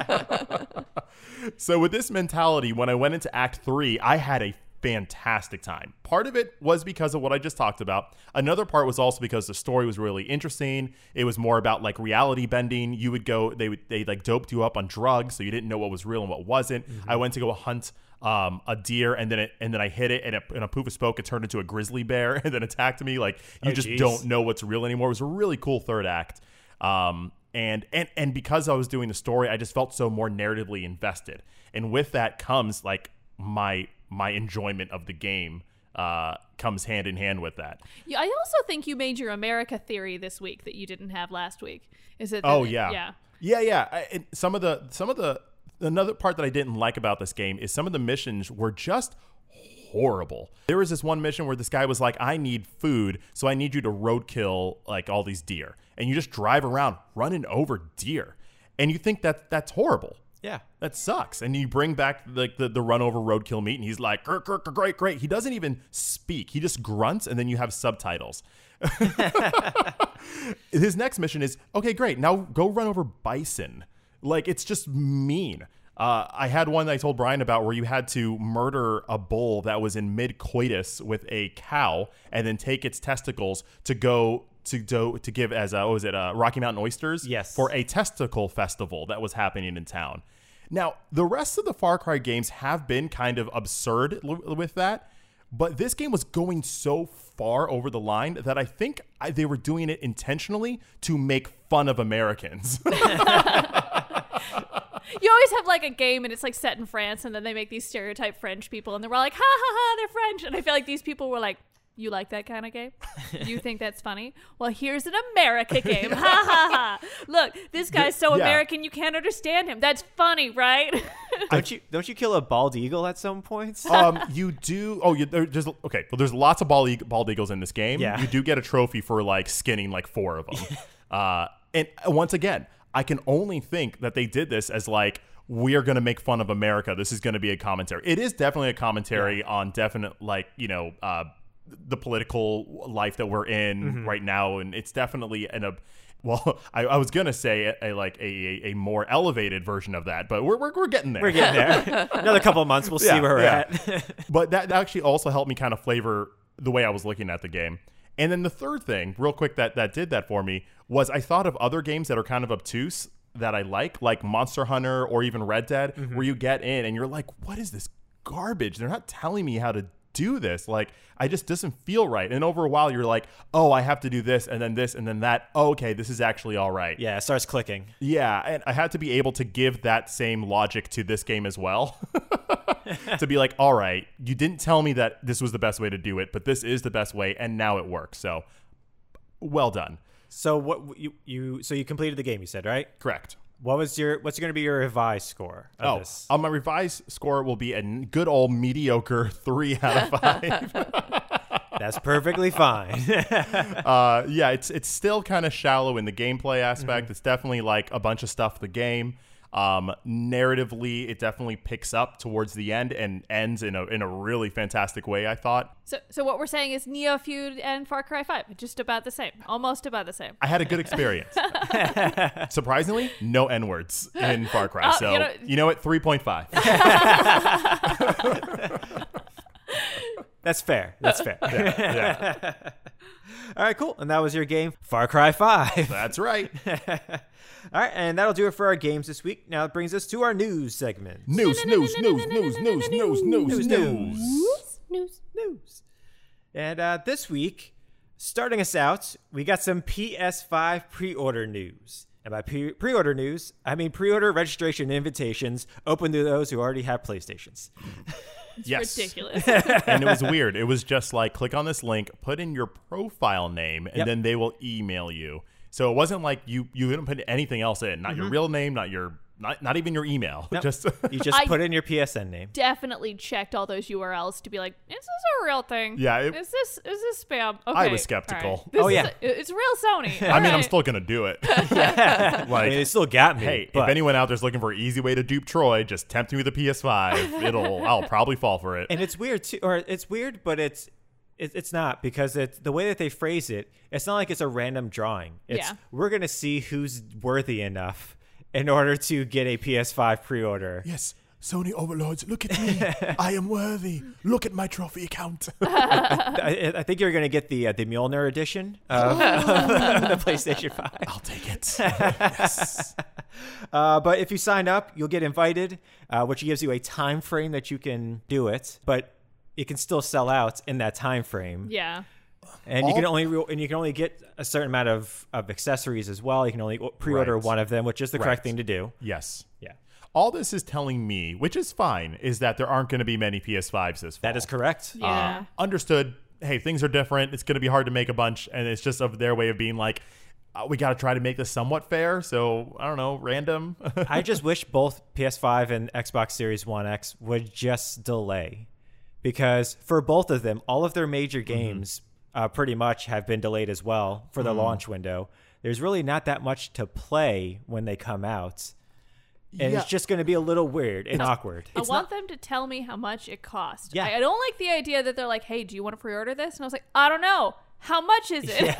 So with this mentality, when I went into Act 3, I had a fantastic time. Part of it was because of what I just talked about. Another part was also because the story was really interesting. It was more about like reality bending. You would go they would they like doped you up on drugs so you didn't know what was real and what wasn't. I went to go hunt um, a deer and then it and then I hit it and it, in a poof of smoke it turned into a grizzly bear and then attacked me like you
Oh,
just
geez.
don't know what's real anymore. It was a really cool third act. Um, and and and because I was doing the story, I just felt so more narratively invested. And with that comes like my my enjoyment of the game uh, comes hand in hand with that.
Yeah, I also think you made your America theory this week that you didn't have last week. Is it? that-
Oh yeah,
Yeah.
yeah, yeah. I, and some of the some of the another part that I didn't like about this game is some of the missions were just horrible. There was this one mission where this guy was like, "I need food, so I need you to roadkill like all these deer," and you just drive around running over deer, and you think that that's horrible.
Yeah.
That sucks. And you bring back like the, the run over roadkill meat, and he's like, "Grr, grr, grr, great, great. He doesn't even speak. He just grunts, and then you have subtitles. His next mission is okay, great. Now go run over bison. Like it's just mean. Uh, I had one that I told Brian about where you had to murder a bull that was in mid coitus with a cow, and then take its testicles to go to do, to give as uh, what was it uh, Rocky Mountain oysters?
Yes.
for a testicle festival that was happening in town. Now, the rest of the Far Cry games have been kind of absurd l- with that, but this game was going so far over the line that I think I, they were doing it intentionally to make fun of Americans.
You always have like a game and it's like set in France and then they make these stereotype French people and they're all like, ha ha ha, they're French. And I feel like these people were like, You like that kind of game? You think that's funny? Well, here's an America game. Ha ha ha. Look, this guy's so
Yeah.
American you can't understand him. That's funny, right?
Don't you don't you kill a bald eagle at some points?
um, you do. Oh, you, there, there's okay. Well, there's lots of bald, eag- bald eagles in this game.
Yeah.
You do get a trophy for like skinning like four of them. uh, and once again, I can only think that they did this as like we are going to make fun of America. This is going to be a commentary. It is definitely a commentary on definite like you know uh, the political life that we're in
Mm-hmm.
right now, and it's definitely an. ob well, I, I was gonna say a, a- like a, a a more elevated version of that, but we're we're, we're getting there.
We're getting there. Another couple of months, we'll see
Yeah,
where we're
yeah.
at.
but that, that actually also helped me kind of flavor the way I was looking at the game. And then the third thing, real quick, that that did that for me was I thought of other games that are kind of obtuse that I like, like Monster Hunter or even Red Dead, where you get in and you're like, "What is this garbage? They're not telling me how to." do this like i just doesn't feel right and over a while you're like oh i have to do this and then this and then that oh, okay this is actually all right
yeah, it starts clicking.
yeah, and I had to be able to give that same logic to this game as well. to be like, all right, you didn't tell me that this was the best way to do it, but this is the best way, and now it works. So, well done.
So what you you so you completed the game? You said right.
Correct.
What was your what's going to be your revised score? Of
Oh,
this?
on my revised score will be a n- good old mediocre three out of five.
that's perfectly fine.
uh, yeah, it's it's still kind of shallow in the gameplay aspect. It's definitely like a bunch of stuff the game. Um, narratively, it definitely picks up towards the end and ends in a in a really fantastic way. I thought
so, so what we're saying is Neo Feud and Far Cry 5, just about the same. Almost about the same.
I had a good experience. Surprisingly, no n words in Far Cry.
Oh,
so
you know-
you know what? Three point five.
that's fair. That's fair. All right, cool. And that was your game, Far Cry Five.
That's right.
All right, and that'll do it for our games this week. Now it brings us to our news segment.
News, news, news, news, news, news, news, news.
News.
news. And uh, this week, starting us out, we got some PS5 pre order news. And by pre order news, I mean pre order registration invitations open to those who already have PlayStations.
Yes.
Ridiculous.
and it was weird. It was just like click on this link, put in your profile name, and
Yep.
then they will email you. So it wasn't like you you didn't put anything else in, not your
Mm-hmm.
real name, not your not not even your email. Just
You just
I-
put in your PSN name.
Definitely checked all those URLs to be like, is this a real thing?
Yeah, it-
Is this is this spam? Okay.
was skeptical.
all right. This
Oh,
is
yeah.
a- it's real Sony.
I mean,
All
I'm
right.
still gonna do it.
I mean, it
like,
still got me.
hey, if
but-
anyone out there's looking for an easy way to dupe Troy, just tempt me with a PS5. It'll I'll probably fall for it.
and it's weird too, or it's weird, but it's it, it's not because it's the way that they phrase it. It's not like it's a random drawing. It's
Yeah.
we're gonna see who's worthy enough in order to get a PS5 pre-order.
Yes, Sony overlords, look at me. I am worthy. Look at my trophy account.
I, I think you're going to get the uh, the Mjolnir edition of
Oh.
the PlayStation 5.
I'll take it.
Uh, but if you sign up, you'll get invited, uh, which gives you a time frame that you can do it, but it can still sell out in that time frame.
Yeah.
And you
All-
can only re- and you can only get a certain amount of, of accessories as well. You can only pre-order
Right.
one of them, which is the correct
Right.
thing to do.
Yes.
Yeah.
All this is telling me, which is fine, is that there aren't going to be many PS5s this fall.
That is correct.
Uh,
Yeah.
understood. Hey, things are different. It's going to be hard to make a bunch, and it's just of their way of being like, uh, we got to try to make this somewhat fair. So I don't know, random.
I just wish both PS5 and Xbox Series One X would just delay because for both of them, all of their major games uh, pretty much have been delayed as well for the launch window. There's really not that much to play when they come out. And
Yeah.
it's just going to be a little weird and awkward.
I want them to tell me how much it cost.
Yeah.
I, I don't like the idea that they're like, "Hey, do you want to pre-order this?" And I was like, "I don't know. How much is it?"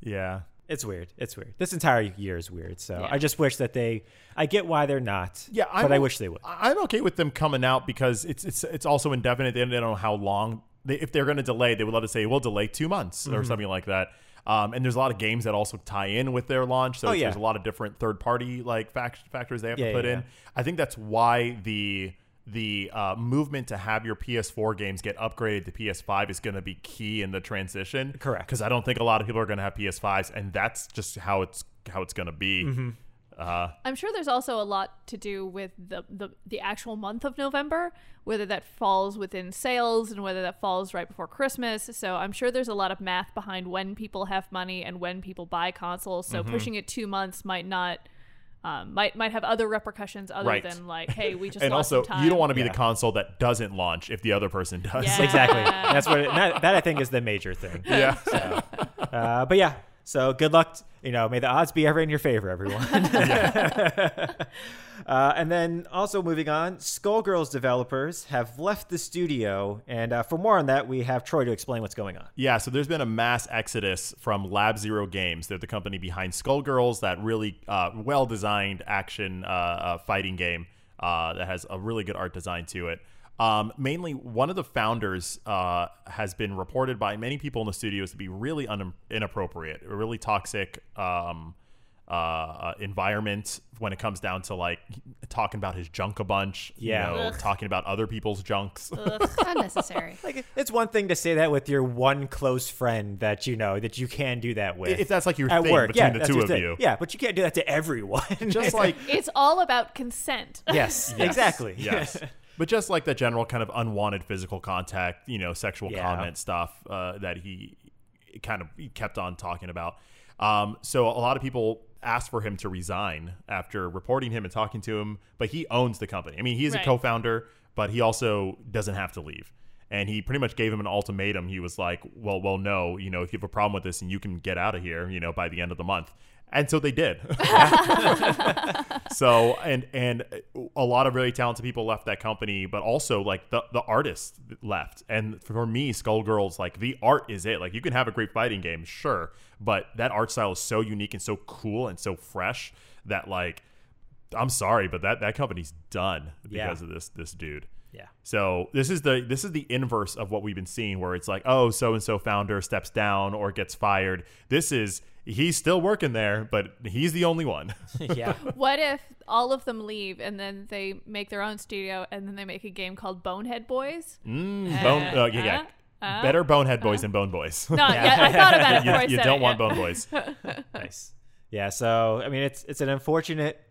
yeah.
It's weird. It's weird. This entire year is weird. So
Yeah.
I just wish that they. I get why they're not.
Yeah, I'm
but I
o-
wish they would.
I- I'm okay with them coming out because it's it's it's also indefinite. They don't they don't know how long. They, if they're going to delay, they would love to say we'll delay two months
Mm-hmm.
or something like that. Um, and there's a lot of games that also tie in with their launch, so
Oh,
it's-
yeah.
there's a lot of different third party like fact- factors they have
Yeah,
to put
yeah,
in.
yeah.
I think that's why the the uh, movement to have your PS4 games get upgraded to PS5 is going to be key in the transition.
Correct. Mm-hmm.
because I don't think a lot of people are going to have PS5s, and that's just how it's how it's going to be. Uh,
I'm sure there's also a lot to do with the, the the actual month of November, whether that falls within sales and whether that falls right before Christmas. So I'm sure there's a lot of math behind when people have money and when people buy consoles.
Mm-hmm.
So pushing it two months might not um, might might have other repercussions other
Right.
than like, hey, we just
and
lost
also,
some time.
you don't want to be
Yeah.
the console that doesn't launch if the other person does.
Yeah.
Exactly.
Yeah.
That's what it, that, that I think is the major thing.
yeah.
Uh, but yeah, so good luck. You know, may the odds be ever in your favor, everyone. uh, and then also moving on, Skullgirls developers have left the studio, and uh, for more on that, we have Troy to explain what's going on.
Yeah, so there's been a mass exodus from Lab Zero Games. They're the company behind Skullgirls, that really uh, well designed action uh, uh, fighting game uh, that has a really good art design to it. Um, mainly, one of the founders uh, has been reported by many people in the studios to be really un- inappropriate, a really toxic um, uh, uh, environment when it comes down to like talking about his junk a bunch,
Yeah.
you know, talking about other people's junks.
Unnecessary.
Like, it's one thing to say that with your one close friend that you know that you can do that with.
If that's, like, your
at
thing
work.
between
yeah,
the
that's
two
your
of
thing.
you.
Yeah, but you can't do that to everyone.
Just like
It's all about consent.
yes,
Yes.
exactly.
Yes. but just like the general kind of unwanted physical contact, you know, sexual
Yeah.
comment stuff uh, that he kind of kept on talking about. Um, so a lot of people asked for him to resign after reporting him and talking to him, but he owns the company. I mean, he is a
Right.
co-founder, but he also doesn't have to leave. And he pretty much gave him an ultimatum. He was like, "Well, well, no, you know, if you have a problem with this, and you can get out of here, you know, by the end of the month." And so they did. so and and a lot of really talented people left that company but also like the, the artists left and for me skullgirls like the art is it like you can have a great fighting game sure but that art style is so unique and so cool and so fresh that like i'm sorry but that that company's done
Yeah.
because of this this dude
Yeah.
so this is the this is the inverse of what we've been seeing, where it's like, oh, so and so founder steps down or gets fired. This is he's still working there, but he's the only one.
yeah.
What if all of them leave and then they make their own studio and then they make a game called Bonehead Boys? Uh-huh.
Bone, uh, yeah, yeah.
uh,
better bonehead boys than bone boys.
No, yeah, I thought about it
you
before I
you
said
don't
it,
want
yeah.
bone boys.
Nice. Yeah, so I mean it's it's an unfortunate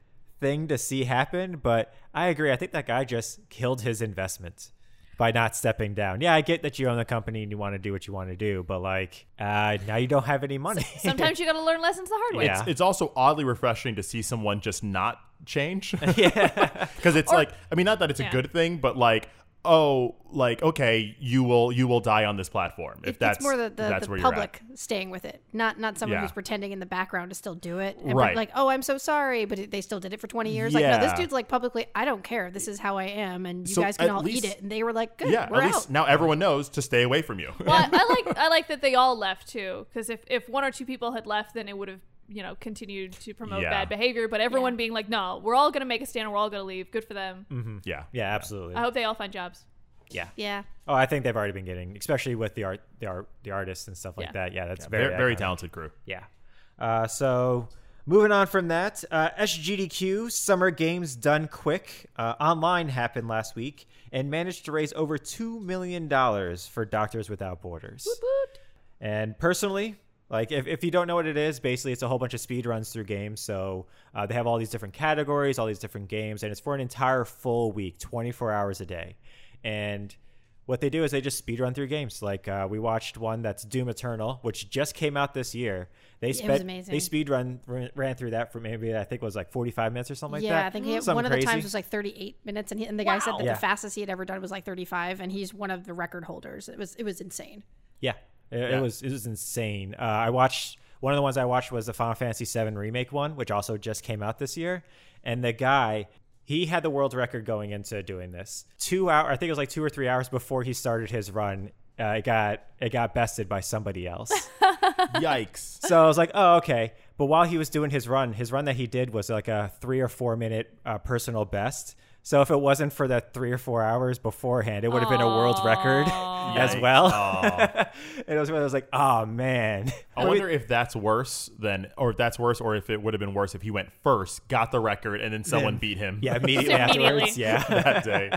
thing to see happen, but I agree. I think that guy just killed his investment by not stepping down. Yeah, I get that you own the company and you want to do what you want to do, but like uh, now you don't have any money.
Sometimes you got to learn lessons the hard way.
Yeah.
It's also oddly refreshing to see someone just not change.
yeah.
because it's like I mean, not that it's
Yeah.
a good thing, but like, oh, like okay, you will you will die on this platform if
It-
that's
it's more the,
if
the,
that's
the
where
public staying with it, not not someone
Yeah.
who's pretending in the background to still do it. And be
Right.
Like, oh, I'm so sorry, but they still did it for 20 years. Like, no, this
Yeah.
dude's like publicly, I don't care. This is how I am, and you
So
guys can
at
all
least-
eat it. And they were like, good,
You're at. Yeah,
we're
at least
out.
now everyone knows to stay away from you.
Well, I, I like I like that they all left too, because if if one or two people had left, then it would have you know continued to promote
Yeah.
bad behavior. But everyone being like, no, we're all gonna make a stand, and we're all gonna leave. Good for them.
yeah,
yeah, absolutely.
I hope they all find jobs.
Yeah.
yeah.
Oh, I think they've already been getting, especially with the art, the art, the artists and stuff like
Yeah.
that. Yeah, that's
very
very
very
iconic.
talented crew.
Yeah. Uh, so moving on from that, uh, SGDQ Summer Games Done Quick uh, online happened last week and managed to raise over two million dollars for Doctors Without Borders. And personally, like if, if you don't know what it is, basically it's a whole bunch of speed runs through games. So uh, they have all these different categories, all these different games, and it's for an entire full week, 24 hours a day. And what they do is they just speed run through games. Like uh, we watched one that's Doom Eternal, which just came out this year. They
was
spent
amazing.
they speed run ran, ran through that for maybe I think it was like 45 minutes or something like
yeah,
that.
I think he,
Something
one of the
crazy.
times was like 38 minutes, and, he, and the guy said that
Yeah.
the fastest he had ever done was like 35, and he's one of the record holders. It was it was insane.
Yeah, it, it was it was insane. Uh, I watched one of the ones I watched was the Final Fantasy VII remake one, which also just came out this year. And the guy, he had the world record going into doing this. Two hour, I think it was like two or three hours before he started his run. Uh, it got it got bested by somebody else.
Yikes.
so I was like, oh okay. But while he was doing his run, his run that he did was like a three or four minute uh, personal best. So if it wasn't for that three or four hours beforehand, it would have been a world record as
Yikes.
well.
Aw.
And it was when I was like, oh man.
I wonder if that's worse than, or if that's worse, or if it would have been worse if he went first, got the record, and then someone beat him.
Yeah, immediately
Immediately.
afterwards. Yeah.
that day.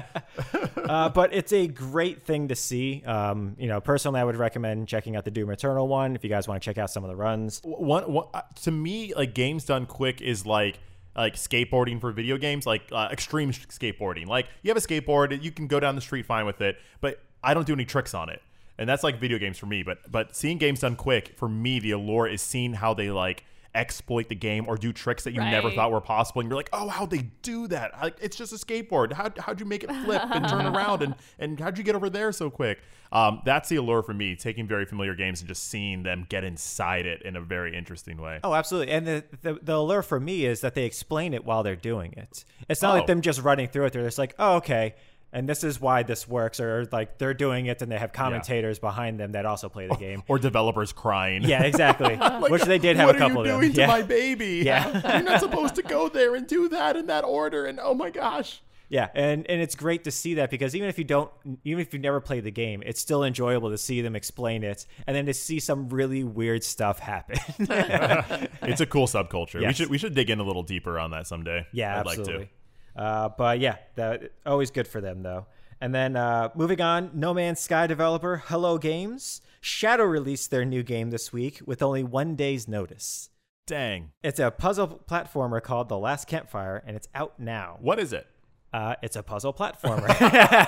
Uh, but it's a great thing to see. Um, you know, personally, I would recommend checking out the Doom Eternal one if you guys want to check out some of the runs.
One, one uh, to me, like games done quick is like. like skateboarding for video games, like uh, extreme sh- skateboarding. Like you have a skateboard, you can go down the street fine with it, but I don't do any tricks on it. And that's like video games for me, but but seeing games done quick for me, the allure is seeing how they like exploit the game or do tricks that you never
Right.
thought were possible, and you're like, oh, how'd they do that? Like, it's just a skateboard. How how'd you make it flip and turn around, and and how'd you get over there so quick? Um, that's the allure for me, taking very familiar games and just seeing them get inside it in a very interesting way.
Oh, absolutely. And the, the the allure for me is that they explain it while they're doing it. It's not
Oh.
like them just running through it. They're just like, oh, okay. And this is why this works, or like they're doing it, and they have commentators behind them that also play the game.
Or developers crying.
yeah, exactly.
Oh. Like,
Which they did have
what
a couple
are you
of
doing
them.
to
yeah.
my baby?
Yeah.
You're not supposed to go there and do that in that order. And oh my gosh.
Yeah, and and it's great to see that because even if you don't, even if you've never played the game, it's still enjoyable to see them explain it, and then to see some really weird stuff happen.
It's a cool subculture. We
Yes.
should we should dig in a little deeper on that someday.
yeah,
I'd
absolutely.
like to.
Uh, but yeah, that always good for them though. And then uh, moving on, No Man's Sky developer Hello Games Shadow released their new game this week with only one day's notice.
Dang.
It's a puzzle platformer called The Last Campfire, and it's out now.
What is it?
Uh, it's a puzzle platformer.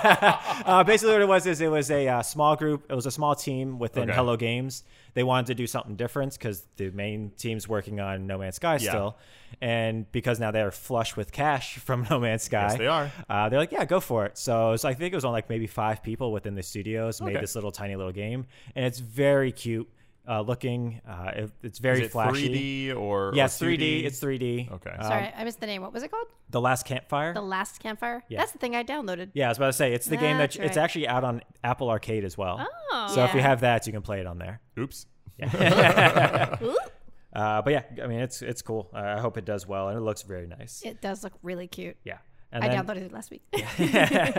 uh, basically, what it was is it was a uh, small group. It was a small team within
Okay.
Hello Games. They wanted to do something different because the main team's working on No Man's Sky
Yeah.
still, and because now they're flush with cash from No Man's Sky,
they are.
Uh, they're like, yeah, go for it. So, so I think it was on like maybe five people within the studios made
Okay.
this little tiny little game, and it's very cute uh, looking. Uh, it, it's very
Is it
flashy.
3D or
Yes,
or
3D. It's 3D.
Okay.
Uh,
Sorry, I missed the name. What was it called?
the Last Campfire.
The Last Campfire.
Yeah.
That's the thing I downloaded.
Yeah, I was about to say it's the game that
That's
it's
right.
actually out on Apple Arcade as well.
Oh.
so if you
Yeah.
have that, you can play it on there.
Oops.
Uh, but yeah, I mean it's it's cool. Uh, I hope it does well, and it looks very nice.
It does look really cute.
yeah, and
I
then,
downloaded it last week.
uh,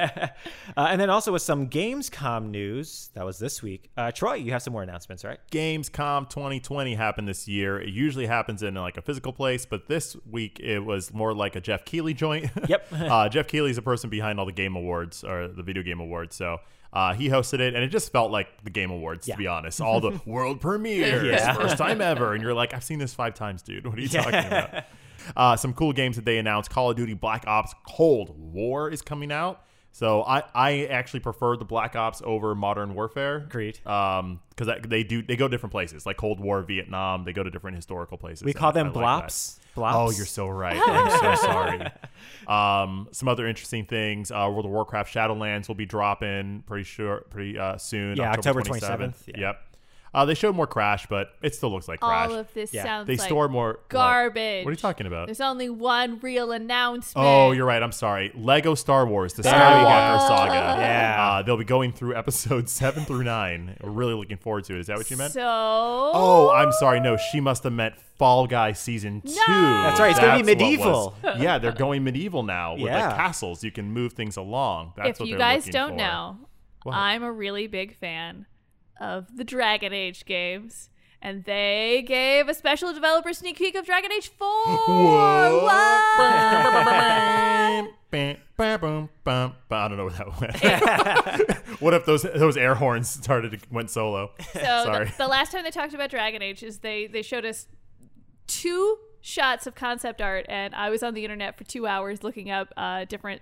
and then also with some Gamescom news that was this week. Uh, Troy, you have some more announcements, right?
Gamescom 2020 happened this year. It usually happens in like a physical place, but this week it was more like a Jeff Keighley joint.
Yep.
uh, Jeff Keighley's the person behind all the game awards or the video game awards. So uh, he hosted it, and it just felt like the game awards,
Yeah.
to be honest. All the world premieres,
Yeah.
first time ever. And you're like, I've seen this five times, dude. What are you talking about? Uh, some cool games that they announced Call of Duty Black Ops Cold War is coming out. So I, I actually prefer the Black Ops over Modern Warfare.
Agreed.
Um, because they do they go different places, like Cold War, Vietnam. They go to different historical places.
We
and
call
I-
them
I like that.
blops. blops.
Oh, you're so right. I'm so sorry. Um, some other interesting things. Uh, World of Warcraft Shadowlands will be dropping pretty sure pretty uh, soon.
Yeah, October 27th, yeah.
Yep. Uh, they showed more Crash, but it still looks like Crash.
All of this
Yeah.
sounds
they
like
store more what?
garbage.
What are you talking about?
There's only one real announcement.
Oh, you're right. I'm sorry. Lego Star Wars, the
we
Skywalker
go.
saga.
Yeah.
Uh, they'll be going through episodes seven through nine. We're really looking forward to it. Is that what you meant?
So.
Oh, I'm sorry. No, she must have meant Fall Guy season two. That's
right, it's gonna be
what was-
medieval.
yeah, they're going medieval now with
Yeah.
like castles. You can move things along. That's
if
what
you
they're
guys
looking
don't
for.
know,
What?
I'm a really big fan of the Dragon Age games, and they gave a special developer sneak peek of Dragon Age 4.
Whoa.
What?
Bam, bam, bam, bam. But I don't know where that went. what if those those air horns started to, went solo?
So
Sorry.
The, the last time they talked about Dragon Age is they they showed us two shots of concept art, and I was on the internet for two hours looking up uh, different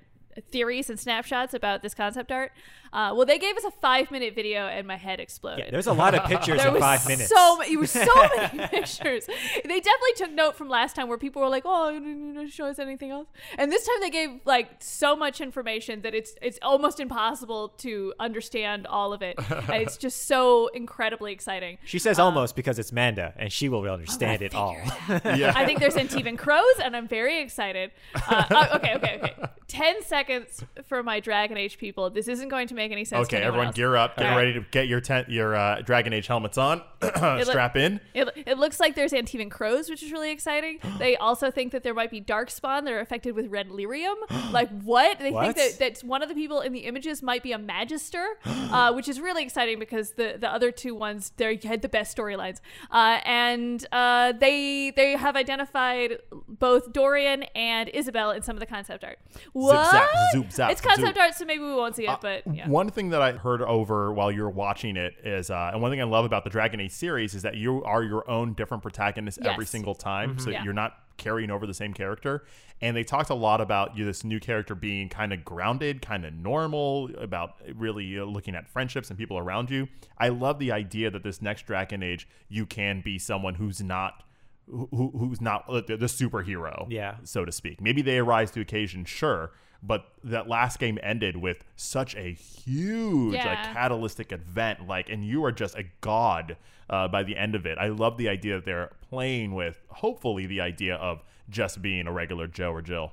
theories and snapshots about this concept art. Uh, well, they gave us a five minute video, and my head exploded.
Yeah, there's a lot of pictures
there
in
was
five minutes.
so ma- it was so many pictures. They definitely took note from last time where people were like, "Oh, you didn't show us anything else," and this time they gave like so much information that it's it's almost impossible to understand all of it. And it's just so incredibly exciting.
she says almost because it's Manda, and she will understand it all.
Yeah.
I think they're sent even crows, and I'm very excited. Uh, oh, okay, okay, okay. Ten seconds for my Dragon Age people. This isn't going to make any sense. to
Okay,
anyone
everyone,
else.
gear up. Get
All right.
ready to get your tent, your uh, Dragon Age helmets on. Strap in.
It, it looks like there's Antivan crows, which is really exciting. They also think that there might be darkspawn that are affected with red lyrium. like what? They
What?
think that, that one of the people in the images might be a magister, uh, which is really exciting because the, the other two ones they had the best storylines. Uh, and uh, they they have identified both Dorian and Isabel in some of the concept art. What?
zoop, zap,
it's concept
zoop. Uh,
art, so maybe we won't see it, but yeah.
One thing that I heard over while you were watching it is, uh, and one thing I love about the Dragon Age series is that you are your own different protagonist every
Yes.
single time. So
Yeah.
you're not carrying over the same character. And they talked a lot about you, this new character being kind of grounded, kind of normal, about really uh, looking at friendships and people around you. I love the idea that this next Dragon Age, you can be someone who's not. Who, who- who's not uh, the, the superhero
Yeah.
so to speak. Maybe they arise to the occasion, sure, but that last game ended with such a huge,
Yeah.
like, catalytic event, like, and you are just a god uh, by the end of it. I love the idea that they're playing with, hopefully, the idea of just being a regular Joe or Jill.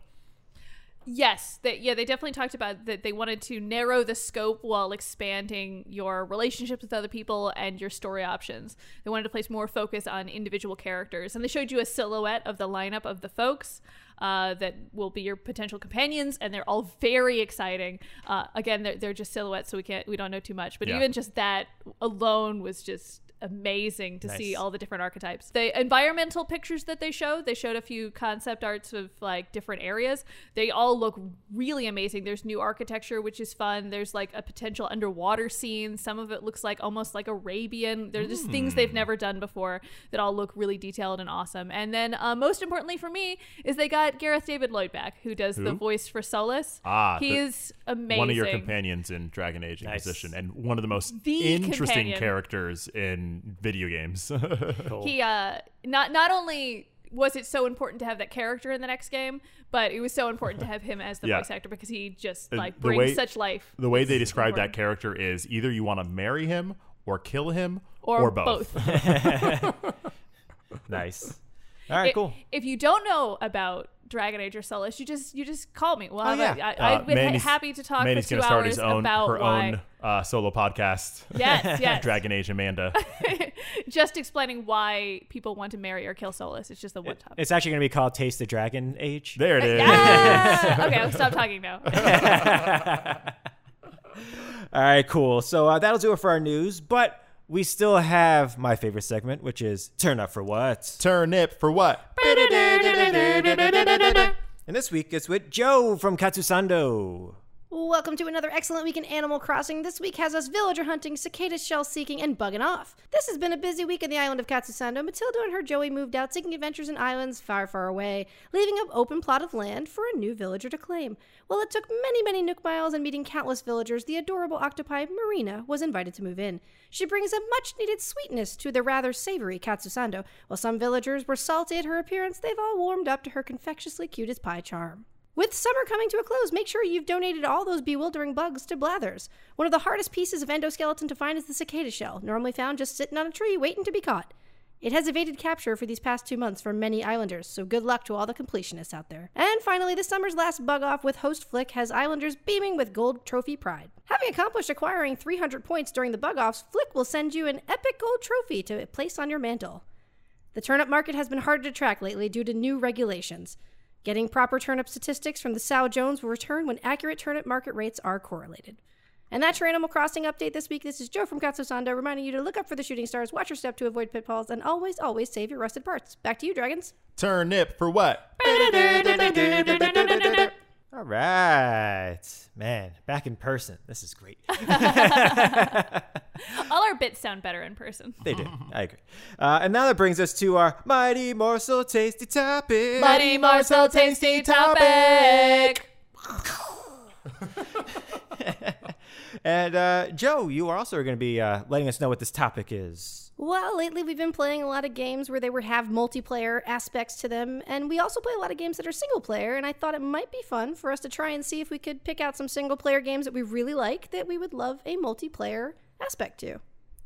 Yes, that yeah, they definitely talked about that they wanted to narrow the scope while expanding your relationships with other people and your story options. They wanted to place more focus on individual characters, and they showed you a silhouette of the lineup of the folks uh, that will be your potential companions, and they're all very exciting. Uh, again, they're, they're just silhouettes, so we can't we don't know too much, but
Yeah.
even just that alone was just amazing to see
Nice.
all all the different archetypes. The environmental pictures that they showed, they showed a few concept arts of like different areas. They all look really amazing. There's new architecture, which is fun. There's like a potential underwater scene. Some of it looks like almost like Arabian. There's just things they've
Hmm.
never done before that all look really detailed and awesome. And then uh, most importantly for me is they got Gareth David Lloyd back, who does the
Who?
voice for Solus.
Ah, the-
he's amazing.
One of your companions in Dragon Age Inquisition, and one of the most
The
interesting
companion.
characters in video games.
he uh not not only was it so important to have that character in the next game but it was so important to have him as the
Yeah.
voice actor because he just
And
like
the
brings
way-
such life
the way they describe that
important.
character is either you want to marry him or kill him
or,
or
both,
Nice. All right,
It-
cool.
if you don't know about Dragon Age or Solus, you just you just call me. Well, I'm
yeah.
I, I've been
Mandy's-
happy to talk
Mandy's
for two
Uh, gonna
hours
start his own,
about
her
why.
own uh, solo podcast.
Yes, yes.
Dragon Age Amanda.
Just explaining why people want to marry or kill Solus. It's just the one topic.
It's actually going to be called Taste the Dragon Age.
There it is.
Yes! okay, I'll stop talking now.
All right, cool. So uh, that'll do it for our news, but we still have my favorite segment, which is Turn Up for What?
Turnip for what?
And this week it's with Joe from Katsusando.
Welcome to another excellent week in Animal Crossing. This week has us villager hunting, cicada shell seeking, and bugging off. This has been a busy week on the island of Katsusando. Matilda and her Joey moved out seeking adventures in islands far, far away, leaving an open plot of land for a new villager to claim. While it took many, many nook miles and meeting countless villagers, the adorable octopi Marina was invited to move in. She brings a much needed sweetness to the rather savory Katsusando. While some villagers were salty at her appearance, they've all warmed up to her confectiously cute as pie charm. With summer coming to a close, make sure you've donated all those bewildering bugs to Blathers. One of the hardest pieces of endoskeleton to find is the cicada shell, normally found just sitting on a tree waiting to be caught. It has evaded capture for these past two months from many islanders, so good luck to all the completionists out there. And finally, this summer's last bug off with Host Flick has islanders beaming with gold trophy pride. Having accomplished acquiring 300 points during the bug offs, Flick will send you an epic gold trophy to place on your mantle. The turnip market has been harder to track lately due to new regulations. Getting proper turnip statistics from the Sow Jones will return when accurate turnip market rates are correlated. And that's your Animal Crossing update this week. This is Joe from Katsusando reminding you to look up for the shooting stars, watch your step to avoid pitfalls, and always, always save your rusted parts. Back to you, dragons.
Turnip for what?
All right. Man, back in person. This is great.
All our bits sound better in person.
They do. I agree. Uh, and now that brings us to our Mighty Morsel Tasty Topic.
Mighty Marcel Tasty Topic.
And uh, Joe, you are also going to be uh, letting us know what this topic is.
Well, lately we've been playing a lot of games where they would have multiplayer aspects to them, and we also play a lot of games that are single player, and I thought it might be fun for us to try and see if we could pick out some single player games that we really like that we would love a multiplayer aspect to.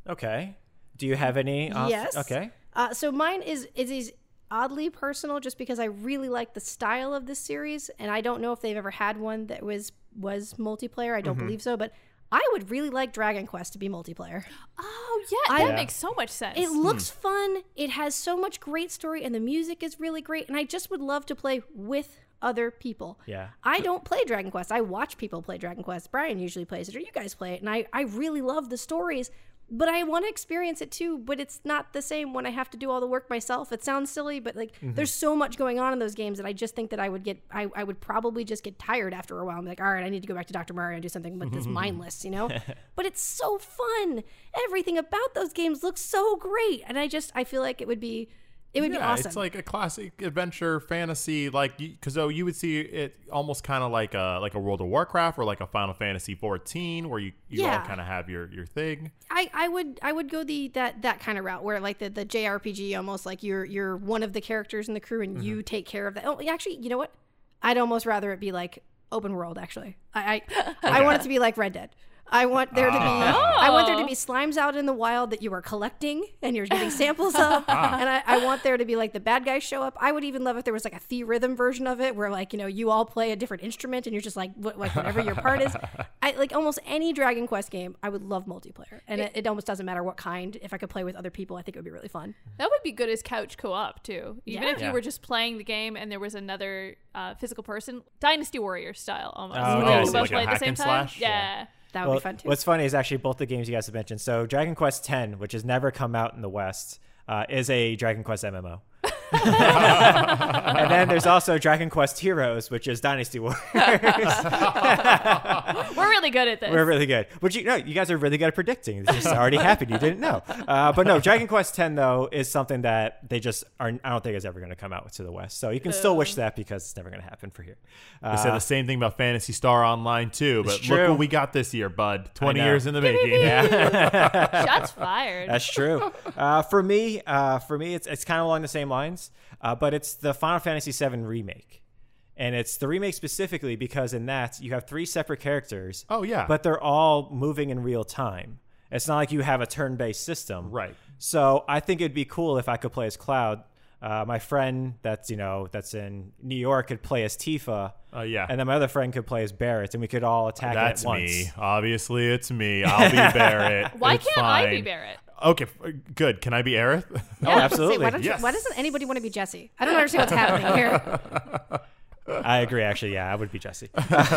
Okay. Do you have any? off-
yes.
Okay.
Uh, so mine is is is oddly personal, just because I really like the style of this series, and I don't know if they've ever had one that was was multiplayer. I don't
Mm-hmm.
believe so, but I would really like Dragon Quest to be multiplayer.
Oh yeah, that
I-
makes so much sense.
Hmm.
It looks fun. It has so much great story, and the music is really great. And I just would love to play with other people.
Yeah.
I don't play Dragon Quest. I watch people play Dragon Quest. Brian usually plays it, or you guys play it, and I I really love the stories. but I want to experience it too. But it's not the same when I have to do all the work myself. It sounds silly, but like
Mm-hmm.
there's so much going on in those games that I just think that I would get, I, I would probably just get tired after a while. I'm like, all right, I need to go back to Dr. Mario and do something with this mindless, you know? but it's so fun. Everything about those games looks so great. And I just, I feel like it would be, it would be
Yeah,
awesome.
It's like a classic adventure fantasy, like because oh, you would see it almost kind of like a like a World of Warcraft or like a Final Fantasy 14, where you you
Yeah.
all kind of have your your thing.
I, I would I would go the that that kind of route where like the, the JRPG almost like you're you're one of the characters in the crew and you take care of that. Oh, actually, you know what? I'd almost rather it be like open world. Actually, I I, I want it to be like Red Dead. I want there to be I want there to be slimes out in the wild that you are collecting and you're getting samples of,
Ah.
and I, I want there to be like the bad guys show up. I would even love if there was like a the rhythm version of it where like you know you all play a different instrument and you're just like what, like whatever your part is. I like almost any Dragon Quest game. I would love multiplayer, and it, it almost doesn't matter what kind. If I could play with other people, I think it would be really fun.
That would be good as couch co-op too. Even
Yeah.
if you
Yeah.
were just playing the game and there was another uh, physical person, Dynasty Warrior style almost.
Oh,
Where you
okay.
could
So
both
like a
play at the
hack
same
and
time.
slash?
Yeah.
That would
Well,
be fun too.
What's funny is actually both the games you guys have mentioned. So Dragon Quest X, which has never come out in the West, uh, is a Dragon Quest MMO. and then there's also Dragon Quest Heroes, which is Dynasty Warriors.
We're really good at this.
We're really good. Which you know, you guys are really good at predicting. This just already happened. You didn't know. Uh, but no, Dragon Quest X though is something that they just are. I don't think is ever going to come out to the West. So you can still wish that because it's never going to happen for here.
They said the same thing about Fantasy Star Online too, but look
true.
what we got this year, bud. 20
know.
years in the making. Yeah.
Shots fired.
That's true. uh, for me, uh, for me, it's it's kind of along the same lines, uh, but it's the Final Fantasy VII remake, and it's the remake specifically because in that you have three separate characters.
Oh, yeah.
but they're all moving in real time. It's not like you have a turn-based system,
Right.
So I think it'd be cool if I could play as Cloud. Uh, my friend that's you know that's in New York could play as Tifa.
Oh, yeah.
and then my other friend could play as Barrett, and we could all attack it
That's
at once.
me. Obviously, it's me. I'll be Barrett.
Why
It's
can't I be
fine.
Barrett?
Okay, f- good. Can I be Aerith?
Oh, absolutely.
why, don't you-
Yes.
why doesn't anybody want to be Jesse? I don't understand what's happening here.
I agree. Actually, yeah, I would be Jesse.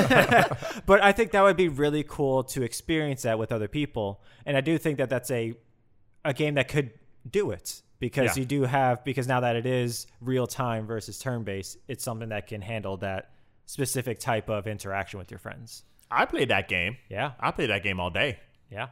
but I think that would be really cool to experience that with other people, and I do think that that's a a game that could do it because
Yeah.
you do have because now that it is real time versus turn based, it's something that can handle that specific type of interaction with your friends.
I played that game.
Yeah,
I played that game all day.
yeah,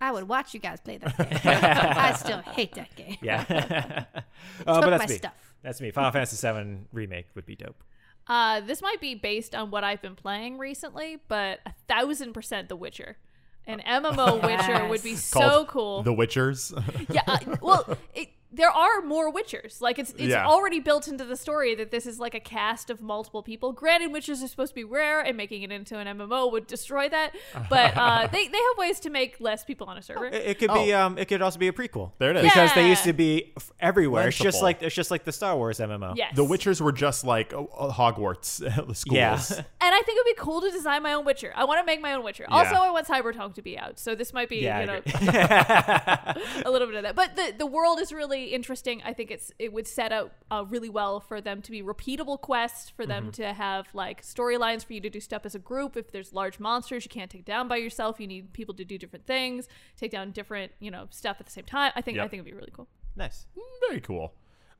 I would watch you guys play that game. I still hate that game.
yeah. uh, but
Took
that's
my
me.
stuff.
That's me. Final Fantasy VII remake would be dope.
Uh, this might be based on what I've been playing recently, but a thousand percent The Witcher. An MMO Witcher would be so
Called
cool.
The Witchers.
yeah, uh, well, it, there are more Witchers. Like it's it's
Yeah.
already built into the story that this is like a cast of multiple people. Granted, Witchers are supposed to be rare, and making it into an MMO would destroy that. But uh, they they have ways to make less people on a server.
It, it could be.
Oh.
Um, it could also be a prequel.
There it is.
Because they
Yeah.
used to be f- everywhere. It's just
Lynchable.
like it's just like the Star Wars MMO.
yes,
The Witchers were just like uh, uh, Hogwarts schools.
Yeah.
and I think it would be cool to design my own Witcher. I want to make my own Witcher.
Yeah.
Also, I want Cyberpunk to be out, so this might be
Yeah,
you
I
know
agree.
a little bit of that. But the the world is really interesting. I think it's it would set up uh, really well for them to be repeatable quests, for them
Mm-hmm.
to have like storylines for you to do stuff as a group. If there's large monsters you can't take down by yourself, you need people to do different things, take down different you know stuff at the same time. I think I
Yep.
think it'd be really cool.
nice.
Very cool.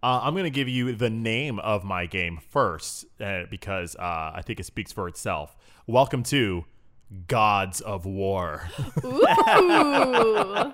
Uh, I'm going to give you the name of my game first uh, because uh, I think it speaks for itself. Welcome to Gods of War.
Ooh,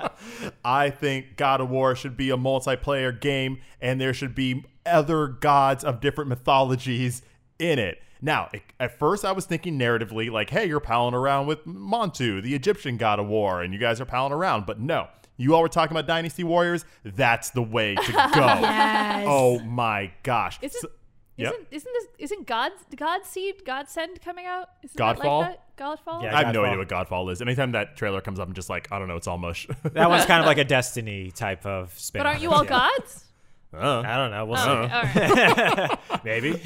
I think God of War should be a multiplayer game and there should be other gods of different mythologies in it. Now, it, at first, I was thinking narratively, like, hey, you're palling around with Montu, the Egyptian god of war, and you guys are palling around. But no, you all were talking about Dynasty Warriors. That's the way to go.
Yes.
Oh my gosh.
Isn't-
So- yep.
isn't isn't this isn't God God seed God send coming out? Isn't
Godfall?
That like that? Godfall.
Yeah.
I have no
Godfall.
idea what Godfall is. Anytime that trailer comes up, I'm just like, I don't know, it's all mush.
That one's kind of like a Destiny type of spin.
But aren't you all gods?
Uh.
I don't know. We'll
Oh,
see.
all right.
Maybe.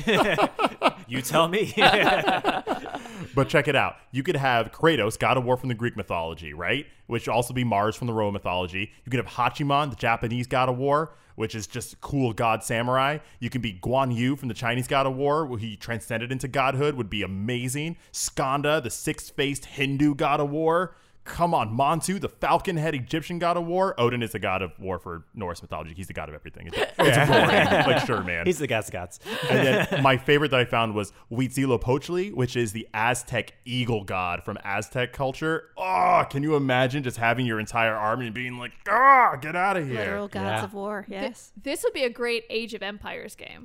you tell me.
But check it out. You could have Kratos, god of war from the Greek mythology, right? Which should also be Mars from the Roman mythology. You could have Hachiman, the Japanese god of war, which is just cool god samurai. You can be Guan Yu from the Chinese god of war, who he transcended into godhood, would be amazing. Skanda, the six faced Hindu god of war. Come on, Montu, the falcon head Egyptian god of war. Odin is the god of war for Norse mythology. He's the god of everything. It's, it's boring. like, sure, man.
He's the God Scots.
And then my favorite that I found was Huitzilopochtli, which is the Aztec eagle god from Aztec culture. Oh, can you imagine just having your entire army and being like, ah, get out of here.
Literal gods
Yeah.
of war. Yes.
This would be a great Age of Empires game.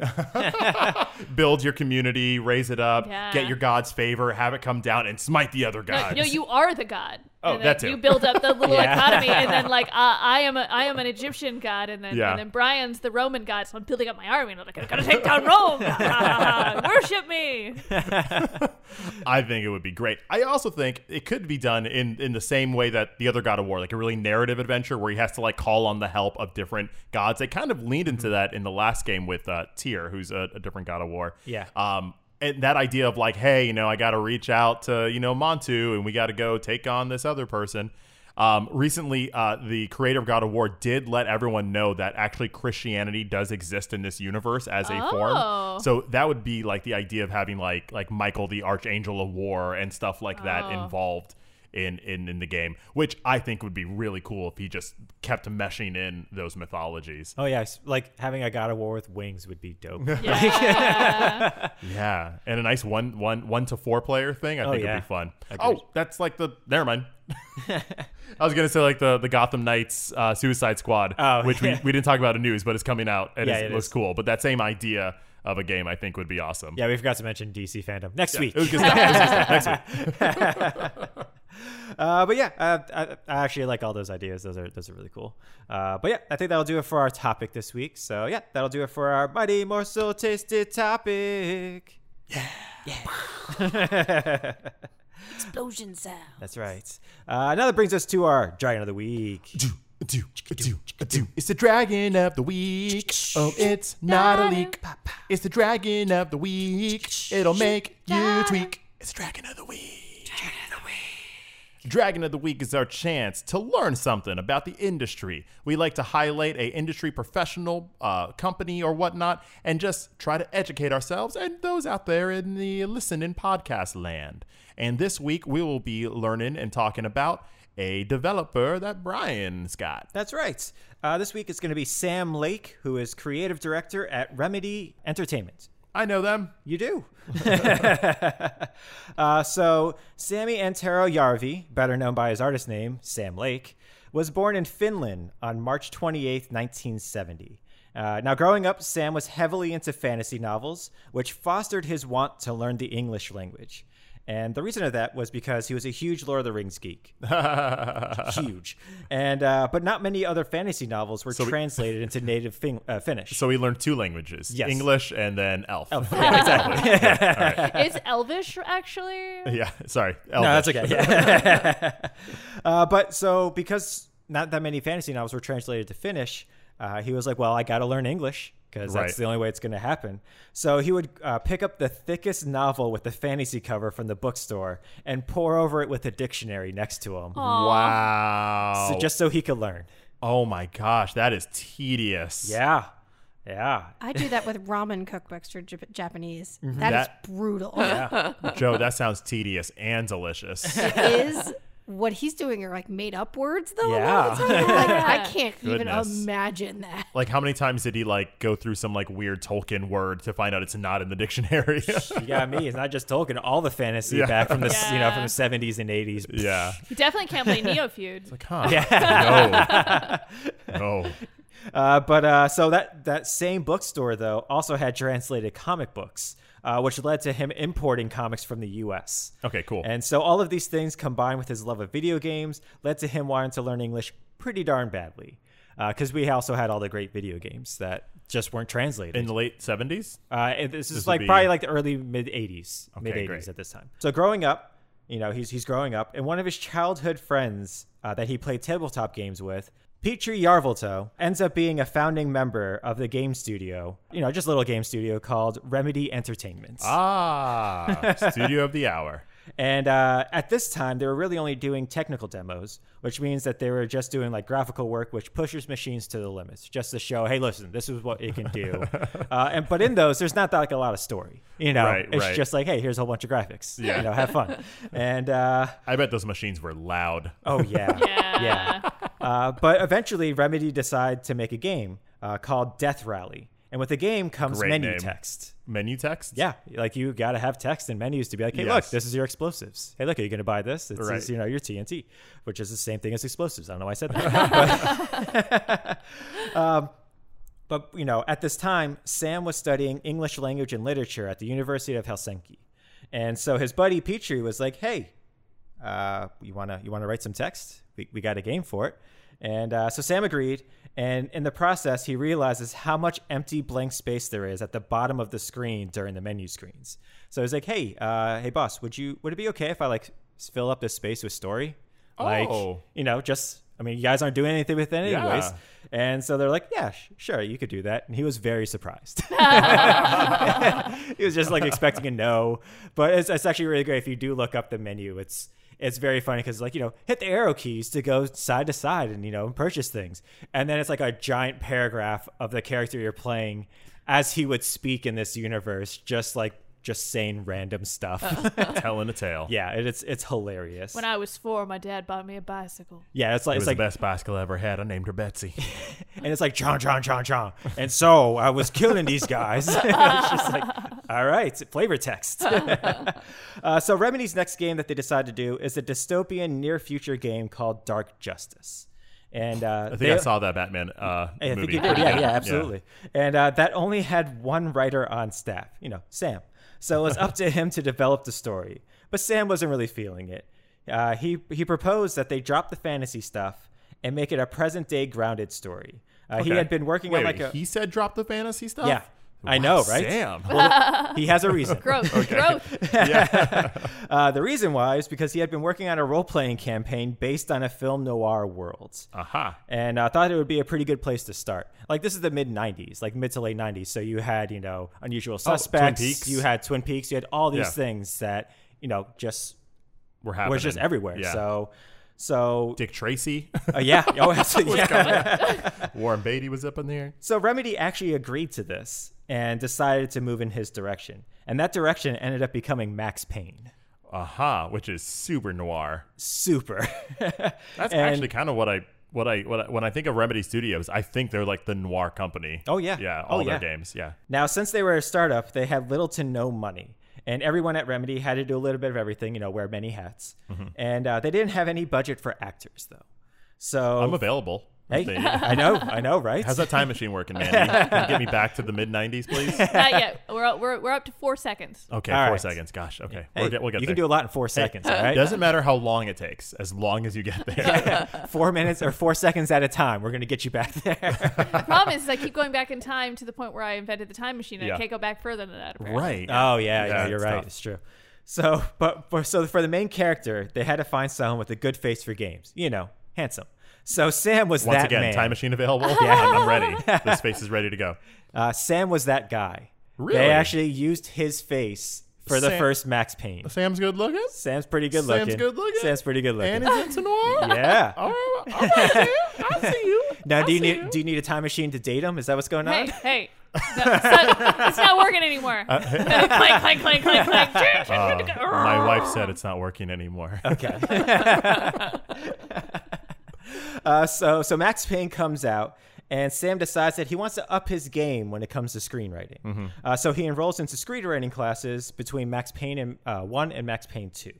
Build your community, raise it up,
Yeah.
get your god's favor, have it come down, and smite the other
No,
gods.
no, you are the god.
Oh,
and then
that too.
You build up the little economy, and then like uh, I am, a, I am an Egyptian god, and then
Yeah.
and then Brian's the Roman god. So I'm building up my army, and I'm like, I gotta take down Rome. Worship me.
I think it would be great. I also think it could be done in in the same way that the other God of War, like a really narrative adventure where he has to like call on the help of different gods. They kind of leaned into that in the last game with uh, Tyr, who's a, a different God of War.
Yeah.
Um, and that idea of like, hey, you know, I got to reach out to you know Montu, and we got to go take on this other person. Um, recently, uh, the creator of God of War did let everyone know that actually Christianity does exist in this universe as a
Oh.
form. So that would be like the idea of having like like Michael the Archangel of War and stuff like that
Oh.
involved in, in in the game, which I think would be really cool if he just kept meshing in those mythologies.
Oh yeah, s- like having a God of War with wings would be dope.
Yeah.
Yeah, and a nice one one one to four player thing. I think
yeah.
would be fun.
Agreed.
Oh, that's like the. Never mind. I was gonna say like the the Gotham Knights uh, Suicide Squad,
Oh,
which
yeah.
we, we didn't talk about in news, but it's coming out and
Yeah,
it's-
it
it looks
is.
cool. But that same idea of a game, I think, would be awesome.
yeah, we forgot to mention DC fandom next week.
It was good stuff. It was good stuff. Next week.
Uh, but yeah, uh, I, I actually like all those ideas. Those are those are really cool. Uh, but yeah, I think that'll do it for our topic this week. So yeah, that'll do it for our mighty morsel tasted topic. Yeah.
Explosion sound.
That's right. Uh, now that brings us to our dragon of the week.
It's the dragon of the week. Oh, it's not a leak. It's the dragon of the week. It'll make you tweak. It's dragon of the week. Dragon of the Week is our chance to learn something about the industry. We like to highlight a industry professional, uh, company, or whatnot, and just try to educate ourselves and those out there in the listening podcast land. And this week we will be learning and talking about a developer that Brian's got.
That's right. Uh, this week it's going to be Sam Lake, who is creative director at Remedy Entertainment.
I know them.
You do. uh, so, Sammy Antero Jarvi, better known by his artist name, Sam Lake, was born in Finland on March 28, 1970. Uh, now, growing up, Sam was heavily into fantasy novels, which fostered his want to learn the English language. And the reason of that was because he was a huge Lord of the Rings geek, huge, and uh, but not many other fantasy novels were
we-
translated into native fin- uh, Finnish.
So we learned two languages
Yes.
English and then Elf.
it's Elvish actually.
yeah, sorry. Elf.
No, that's okay. Yeah. uh, but so because not that many fantasy novels were translated to Finnish, uh, he was like, "Well, I got to learn English because
Right.
that's the only way it's going to happen." So he would uh, pick up the thickest novel with the fantasy cover from the bookstore and pour over it with a dictionary next to him,
Wow.
so, just so he could learn.
oh my gosh, that is tedious.
Yeah, yeah.
I do that with ramen cookbooks for Jap- Japanese. That is
Mm-hmm. That-
brutal.
Joe, that sounds tedious and delicious.
It is what he's doing are like made up words though. a lot of the
Yeah.
time. Like, I can't
Goodness.
even imagine that.
like how many times did he like go through some like weird Tolkien word to find out it's not in the dictionary?
You got me. It's not just Tolkien. All the fantasy
Yeah.
back from the s you know
Yeah.
from the seventies and eighties.
yeah.
You definitely can't play Neo Feud.
Like, huh. Yeah. No. No.
Uh, but uh, so that that same bookstore though also had translated comic books, uh, which led to him importing comics from the U.S.
Okay, cool.
And so all of these things combined with his love of video games led to him wanting to learn English pretty darn badly, because we also had all the great video games that just weren't translated.
in the late 70s?
Uh, and this is
would
like
be-
probably like the early mid '80s, mid '80s
great.
at this time. So growing up, you know, he's he's growing up, and one of his childhood friends uh, that he played tabletop games with, Petri Yarvolto, ends up being a founding member of the game studio. You know, just a little game studio called Remedy Entertainment.
Ah, studio of the hour.
And uh, at this time, they were really only doing technical demos, which means that they were just doing like graphical work, which pushes machines to the limits, just to show, hey, listen, this is what it can do. uh, and but in those, there's not like a lot of story, you know.
Right,
it's
right.
just like, hey, here's a whole bunch of graphics,
Yeah.
you know, have fun. and uh,
I bet those machines were loud.
oh yeah,
Yeah.
Uh, but eventually, Remedy decide to make a game uh, called Death Rally, and with the game comes
Great
menu
name.
text.
Menu text?
Yeah, like you got to have text and menus to be like, hey, look,
Yes.
this is your explosives. Hey, look, are you going to buy this? This
Right.
is you know your TNT, which is the same thing as explosives. I don't know why I said that. But- um, but you know, at this time, Sam was studying English language and literature at the University of Helsinki, and so his buddy Petrie was like, hey, uh, you wanna you wanna write some text? We, we got a game for it. And uh, so Sam agreed, and in the process, he realizes how much empty blank space there is at the bottom of the screen during the menu screens. So he's like, "Hey, uh, hey, boss, would you would it be okay if I like s- fill up this space with story? Like,
Oh.
you know, just I mean, you guys aren't doing anything with it anyways."
Yeah.
And so they're like, "Yeah, sh- sure, you could do that." And he was very surprised. he was just like expecting a no. But it's, it's actually really great if you do look up the menu. It's it's very funny because like you know hit the arrow keys to go side to side and you know purchase things, and then it's like a giant paragraph of the character you're playing as he would speak in this universe, just like just saying random stuff.
Telling a tale.
yeah, it, it's it's hilarious.
When I was four, my dad bought me a bicycle.
yeah, it's like
It was
it's like
the best bicycle I ever had. I named her Betsy.
and it's like chon chon chon chon. And so I was killing these guys. it's just like, all right, flavor text. uh, so Remedy's next game that they decide to do is a dystopian near future game called Dark Justice. And uh,
I think I saw that Batman uh,
I
movie.
think you did.
pretty
Yeah,
good.
yeah, absolutely. And uh, that only had one writer on staff, you know, Sam. So it was up to him to develop the story. But Sam wasn't really feeling it. Uh, he he proposed that they drop the fantasy stuff and make it a present day grounded story. Uh, He
Okay.
had been working
Wait,
on like
wait,
a
he said drop the fantasy stuff?
yeah. I
Wow,
know, right?
Sam.
Well, he has a reason.
Growth, growth.
Uh, the reason why is because he had been working on a role playing campaign based on a film noir world.
Aha.
and I thought it would be a pretty good place to start. Like this is the mid '90s, like mid to late '90s. So you had, you know, Unusual
Oh, Twin
Suspects,
Peaks.
you had Twin Peaks, you had all these
Yeah.
things that you know just
We're happening.
was just everywhere.
Yeah.
So, so
Dick Tracy,
uh, yeah, oh, absolutely, yeah.
Warren Beatty was up in there.
So Remedy actually agreed to this and decided to move in his direction, and that direction ended up becoming Max Payne.
Aha, which is super noir.
Super.
That's
And-
actually kind of what I what I what I, when I think of Remedy Studios, I think they're like the noir company.
Oh, yeah.
yeah,
Oh,
all their
yeah.
games. Yeah,
Now, since they were a startup, they had little to no money, and everyone at Remedy had to do a little bit of everything, you know, wear many hats.
Mm-hmm.
And uh, they didn't have any budget for actors, though. So
I'm available.
Oh. Hey,
They-
I know, I know, right?
How's that time machine working, man? Can you get me back to the mid '90s, please?
Not yet. We're, up- we're, we're up to four seconds.
Okay,
All
four
right.
seconds. Gosh, okay,
Hey,
we'll get we'll get
you
there.
can do a lot in four seconds, all
It
right?
doesn't matter how long it takes, as long as you get there.
four minutes or four seconds at a time. We're gonna get you back there.
The problem is, is I keep going back in time to the point where I invented the time machine. and I
Yeah.
can't go back further than that. apparently.
right.
Oh yeah, yeah,
Yeah,
you're
it's
right.
tough.
It's true. So, but for, so for the main character, they had to find someone with a good face for games. You know, handsome. So Sam was
Once
that
again,
man.
time machine available. Yeah, I'm, I'm ready. This face is ready to go.
Uh, Sam was that guy.
Really?
They actually used his face for the
Sam-
first Max Payne.
Sam's good looking.
Sam's pretty good
Sam's
looking.
good looking.
Sam's pretty good looking.
And he's into noir.
yeah.
All right, all right, man. Oh, I see you.
now, do
I
you
see
need do you need a time machine to date him? Is that what's going
Hey,
on?
hey. No, it's, not, it's not working anymore.
Uh,
clank, clank, clank, clank, clank.
Uh, My wife said it's not working anymore.
Oh, Uh, so so Max Payne comes out, and Sam decides that he wants to up his game when it comes to screenwriting.
Mm-hmm.
Uh, so he enrolls into screenwriting classes between Max Payne and, uh, one and Max Payne two.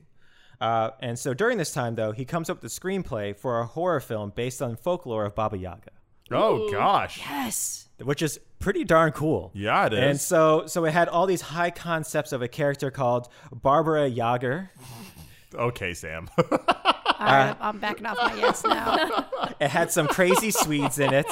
Uh, and so during this time, though, he comes up with a screenplay for a horror film based on folklore of Baba Yaga.
oh gosh.
Yes.
which is pretty darn cool.
Yeah, it is.
And so, so it had all these high concepts of a character called Barbara Yager.
Okay, Sam.
I, I'm backing off my yes now.
It had some crazy Swedes in it,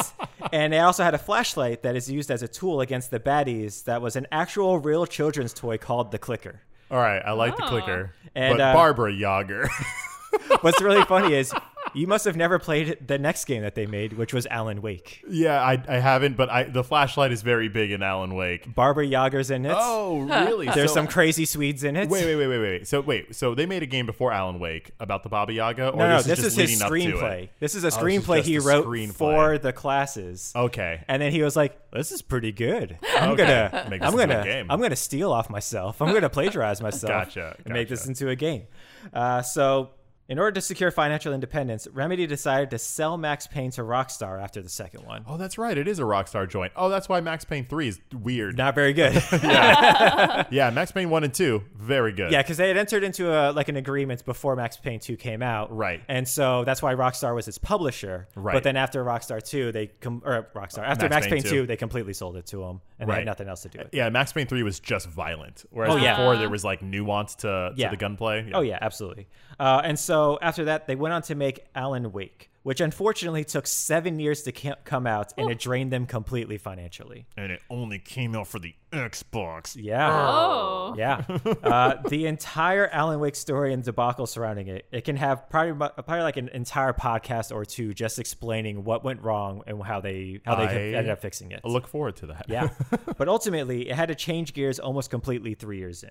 and it also had a flashlight that is used as a tool against the baddies. That was an actual real children's toy called the Clicker.
All right, I like the clicker,
Ah. And,
but
uh,
Barbara Yager.
What's really funny is You must have never played the next game that they made, which was Alan Wake.
Yeah, I, I haven't, but I the flashlight is very big in Alan Wake.
Barbara Yager's in it.
Oh, really?
There's
So-
some crazy Swedes in it.
Wait, wait, wait, wait, wait, wait. So wait, so they made a game before Alan Wake about the Baba Yaga, or
No, no,
this,
this
is,
is,
just
his
leading up to
screenplay.
it? Oh,
This is a
is
screenplay
just
he
a
wrote
screenplay.
for the classes.
Okay.
And then he was like, "This is pretty good. I'm
Okay.
gonna,
Make this
I'm
into a
gonna,
game.
I'm gonna steal off myself. I'm gonna plagiarize myself
Gotcha,
and make this
gotcha.
into a game." Uh, so, in order to secure financial independence, Remedy decided to sell Max Payne to Rockstar after the second one.
Oh, that's right. It is a Rockstar joint. Oh, that's why Max Payne 3 is weird.
Not very good.
yeah, Max Payne 1 and 2, very good.
Yeah, because they had entered into a like an agreement before Max Payne two came out,
Right.
And so that's why Rockstar was its publisher,
Right.
But then after Rockstar two, they com- or Rockstar after Max,
Max
Payne,
Payne
two,
2,
they completely sold it to them, and they
Right.
had nothing else to do with. it.
Yeah, Max Payne 3 was just violent. Whereas
Oh, yeah.
before there was like nuance to,
Yeah.
to the gunplay.
Oh yeah, absolutely. Uh, and so after that, they went on to make Alan Wake, which unfortunately took seven years to ca- come out, and it drained them completely financially.
And it only came out for the Xbox.
Yeah.
Oh.
Yeah. Uh, the entire Alan Wake story and debacle surrounding it, it can have probably mu- probably like an entire podcast or two just explaining what went wrong and how they how oh, they
I-
ended up fixing it.
I look forward to that.
Yeah. but ultimately, it had to change gears almost completely three years in.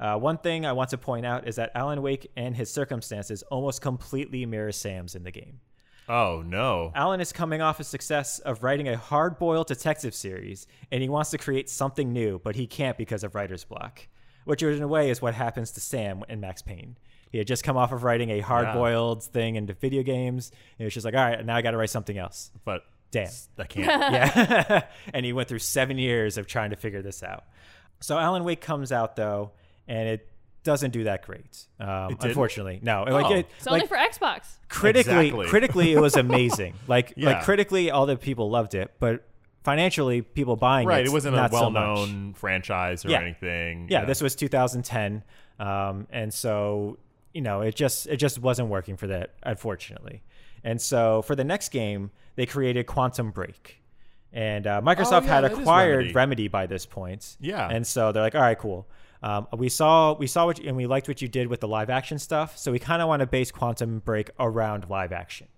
Uh, one thing I want to point out is that Alan Wake and his circumstances almost completely mirror Sam's in the game.
oh, no.
Alan is coming off a success of writing a hard boiled detective series, and he wants to create something new, but he can't because of writer's block, which, in a way, is what happens to Sam and Max Payne. He had just come off of writing a hard boiled thing into video games, and it was just like, all right, now I got to write something else.
But
Damn.
I can't.
Yeah. and he went through seven years of trying to figure this out. So Alan Wake comes out, though, and it doesn't do that great. Um,
didn't?
unfortunately, no. Like,
Oh.
it,
It's
like,
only for Xbox.
critically
Exactly.
critically it was amazing like like
Yeah.
critically all the people loved it but financially people buying
right.
it
It wasn't a
not so
well
much.
known franchise or
Yeah.
anything.
yeah, this was 2010 um, and so you know it just it just wasn't working for that unfortunately and so for the next game they created quantum break and uh, microsoft
Oh, yeah,
had
that is
acquired remedy.
Remedy.
by this point
Yeah.
and so they're like all right cool um, we saw we saw what you, and we liked what you did with the live action stuff so we kind of want to base quantum break around live action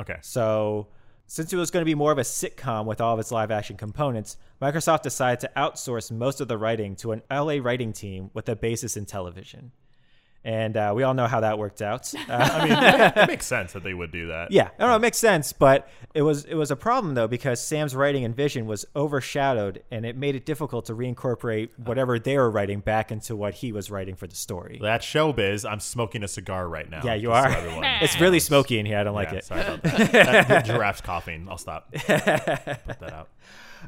Okay.
so, since it was going to be more of a sitcom with all of its live action components, Microsoft decided to outsource most of the writing to an LA writing team with a basis in television. And uh, we all know how that worked out. Uh,
I mean, it, it makes sense that they would do that.
yeah, I don't know, it makes sense, but it was it was a problem though because Sam's writing and vision was overshadowed, and it made it difficult to reincorporate whatever they were writing back into what he was writing for the story.
That's showbiz. I'm smoking a cigar right now.
Yeah, you
just so
are.
everyone-
It's really smoky in here. I don't like
Yeah,
it.
Sorry about that. that. The giraffe's coughing. I'll stop. Put that out.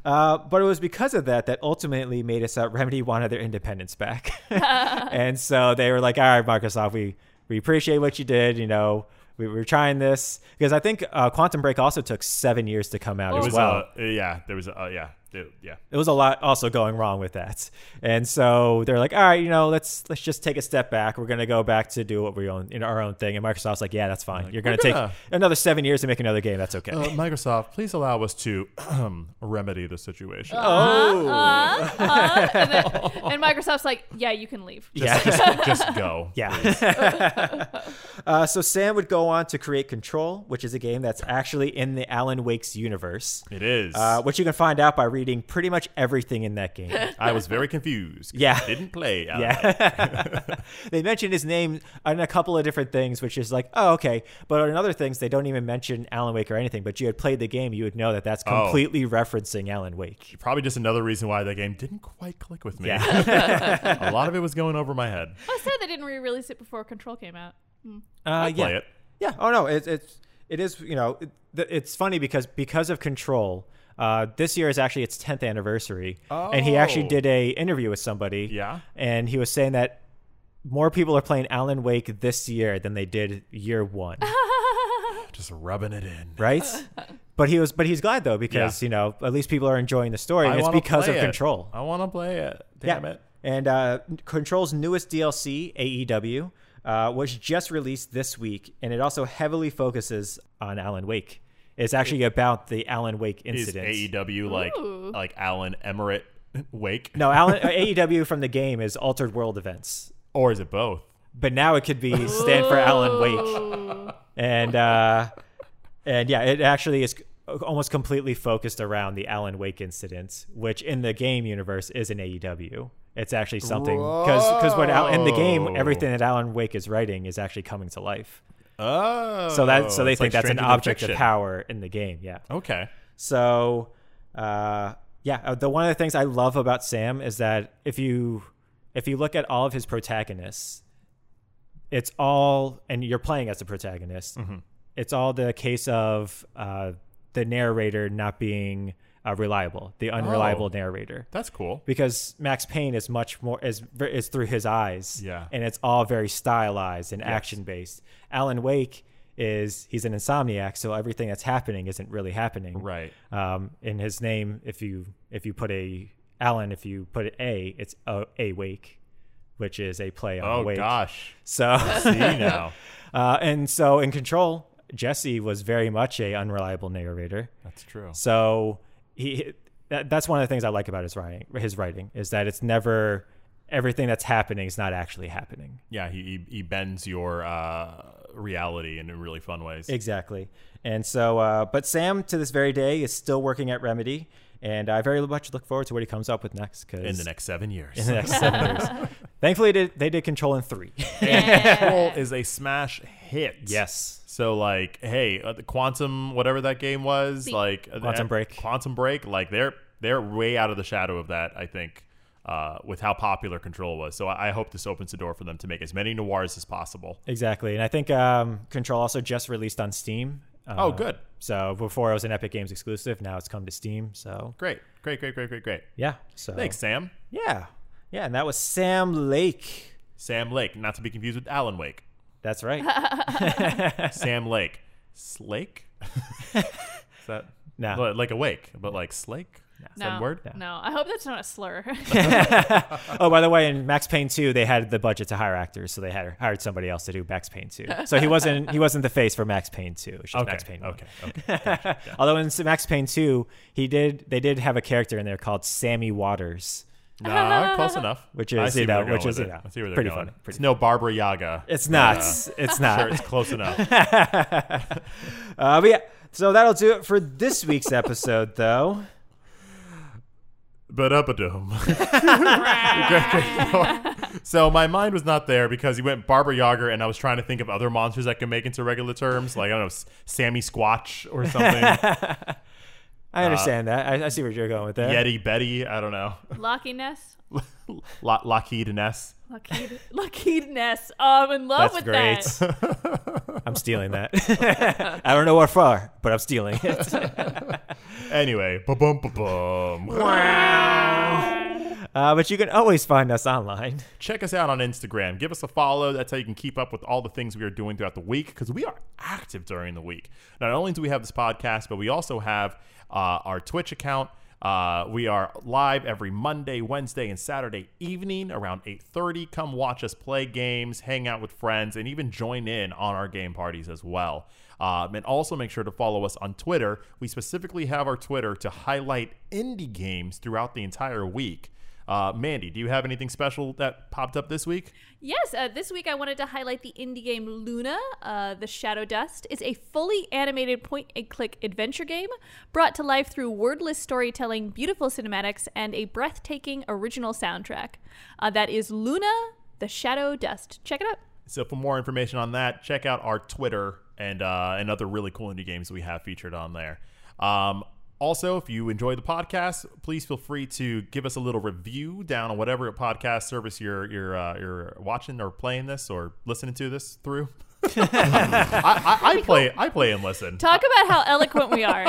Uh, but it was because of that that ultimately made us out. Remedy wanted their independence back, and so they were like, "All right, Microsoft, we we appreciate what you did. You know, we were trying this because I think uh, Quantum Break also took seven years to come out
Oh, It
as
was uh,
well.
a, yeah, there was a, uh, yeah, it- yeah.
it was a lot also going wrong with that, and so they're like, "All right, you know, let's let's just take a step back. We're gonna go back to do what we own in our own thing." And Microsoft's like, "Yeah, that's fine. You're gonna,
gonna-
take another seven years to make another game. That's okay."
Uh, Microsoft, please allow us to um, remedy the situation.
oh,
Uh, uh, and, then, and Microsoft's like, yeah, you can leave.
yeah.
just, just go.
Yeah. uh, so Sam would go on to create Control, which is a game that's actually in the Alan Wake's universe,
It is.
uh, which you can find out by reading pretty much everything in that game.
I was very confused. 'cause
Yeah.
I didn't play. Alan Wake.
Yeah. they mention his name on a couple of different things, which is like, oh, okay. But on other things, they don't even mention Alan Wake or anything. But you had played the game, you would know that that's
Oh.
completely referencing Alan Wake.
Probably just another reason why that game didn't quite click with me.
Yeah.
a lot of it was going over my head.
I said they didn't re-release it before Control came out.
uh,
Play
yeah.
it.
Yeah. Oh no, it's it's it is you know it, th- it's funny because because of Control, uh, this year is actually its tenth anniversary, and he actually
Oh.
did a interview with somebody.
Yeah.
and he was saying that more people are playing Alan Wake this year than they did year one,
Just rubbing it in.
right? But he was, but he's glad though because
Yeah.
you know at least people are enjoying the story, and
I
it's
wanna
because of
play it.
Control.
I want to play it. Damn it.
And uh, Control's newest DLC, AEW, E uh, was just released this week, and it also heavily focuses on Alan Wake. It's actually about the Alan Wake
Is E
incident.
AEW like
Ooh.
like Alan Emirate Wake?
no, Alan, uh, AEW from the game is Altered World Events,
Or is it both?
but now it could be stand for Alan Wake. and uh, and yeah, it actually is almost completely focused around the Alan Wake incident, which in the game universe is an AEW. It's actually something because because what Al- in the game
Whoa.
everything that Alan Wake is writing is actually coming to life.
Oh,
So that so they
it's
think
like
that's an
Stranger Than
object of
Fiction.
power in the game. Yeah.
Okay.
So, uh, yeah, uh, the one of the things I love about Sam is that if you if you look at all of his protagonists, it's all and you're playing as the protagonist.
Mm-hmm.
It's all the case of uh, the narrator not being uh, reliable, the unreliable
Oh.
narrator.
That's cool.
Because Max Payne is much more is ver- is through his eyes,
Yeah.
and it's all very stylized and action based. Alan Wake is he's an insomniac, so everything that's happening isn't really happening,
Right.
um, in his name if you if you put a Alan if you put a it's a, a wake which is a play on
Oh
wake
gosh.
so
See now.
uh, and so in control Jesse was very much a unreliable narrator
That's true.
so he that, that's one of the things I like about his writing his writing is that it's never everything that's happening is not actually happening
Yeah, he he, he bends your uh, reality in really fun ways.
Exactly. And so, uh, but Sam to this very day is still working at Remedy, and I very much look forward to what he comes up with next. Cause
in the next seven years.
in the next seven years. Thankfully, they did, they did Control in three.
Control is a smash hit.
yes.
So like, hey, uh, the Quantum, whatever that game was, like uh,
Quantum
the-
Break.
Quantum Break, like they're they're way out of the shadow of that. I think. Uh, with how popular Control was, so I, I hope this opens the door for them to make as many noirs as possible.
Exactly. And I think um, Control also just released on Steam. Uh,
Oh, good.
So before it was an Epic Games exclusive, now it's come to Steam. So
Great, great, great, great, great, great.
yeah. So
Thanks, Sam.
Yeah. Yeah. And that was Sam Lake.
Sam Lake, not to be confused with Alan Wake.
That's right.
Sam Lake. Slake? Is that
No.
li- like awake, but like slake? Is that a
No,
word?
no. I hope that's not a slur.
Oh, by the way, in Max Payne 2, they had the budget to hire actors, so they had hired somebody else to do Max Payne 2. So he wasn't he wasn't the face for Max Payne 2. It was just
Okay.
Max Payne 1.
okay. Okay.
Although in Max Payne 2, he did they did have a character in there called Sammy Waters.
Nah, close enough.
Which
I
is,
see
you
where
know,
they're going
which is,
with
you
it.
know,
I see where they're
pretty
going.
funny, pretty
it's no Barbara Yaga.
It's not. It's not.
Ah. Sure, it's close enough.
Uh, but yeah, so that'll do it for this week's episode though.
but up a dome. so my mind was not there because he went Barbara Yager, and I was trying to think of other monsters I could make into regular terms, like I don't know, S- Sammy Squatch or something,
I understand that. I, I see where you're going with that.
Uh, Yeti Betty. I don't know,
Locky Ness.
Lo- Lockheed Ness.
Lockheed, Lockheed Ness. Oh, I'm in love
That's
with
great.
that.
I'm stealing that. I don't know what for, but I'm stealing it.
Anyway, ba bum ba bum.
Uh, but you can always find us online.
check us out on Instagram. Give us a follow. That's how you can keep up with all the things we are doing throughout the week because we are active during the week. Not only do we have this podcast, but we also have uh, our Twitch account. Uh, we are live every Monday, Wednesday, and Saturday evening around 8:30. Come watch us play games, hang out with friends, and even join in on our game parties as well. Um, and also make sure to follow us on Twitter. We specifically have our Twitter to highlight indie games throughout the entire week. Uh, Mandy, do you have anything special that popped up this week?
Yes, uh, this week I wanted to highlight the indie game Luna, uh, The Shadow Dust. It's a fully animated point and click adventure game brought to life through wordless storytelling, beautiful cinematics, and a breathtaking original soundtrack. Uh, that is Luna, The Shadow Dust. Check it out.
So for more information on that, check out our Twitter and uh, and other really cool indie games we have featured on there. Um, also, if you enjoy the podcast, please feel free to give us a little review down on whatever podcast service you're you're uh, you're watching or playing this or listening to this through. I, I, I play I play and listen
Talk about how eloquent we are.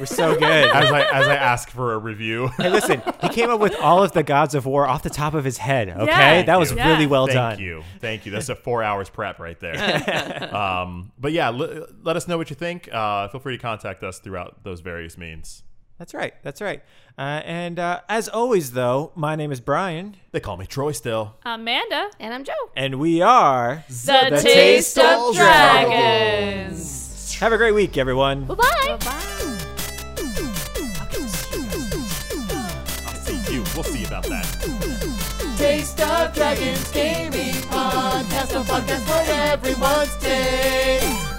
We're so good.
as I as I ask for a review.
Hey, listen, he came up with all of the gods of war off the top of his head. Okay, that was
you.
really
Yeah.
well
Thank
done.
you. Thank you. That's a four hours prep right there. um, but yeah, l- let us know what you think. Uh, feel free to contact us throughout those various means.
That's right. That's right. Uh, and uh, as always, though, my name is Brian,
They call me Troy still.
Amanda,
And I'm Joe.
and we are.
The,
Taste
Taste
of
of Dragons.
Have a great week, everyone.
Bye.
I'll see you. We'll see about that.
Taste of Dragons Gaming Podcast, a podcast for everyone's taste.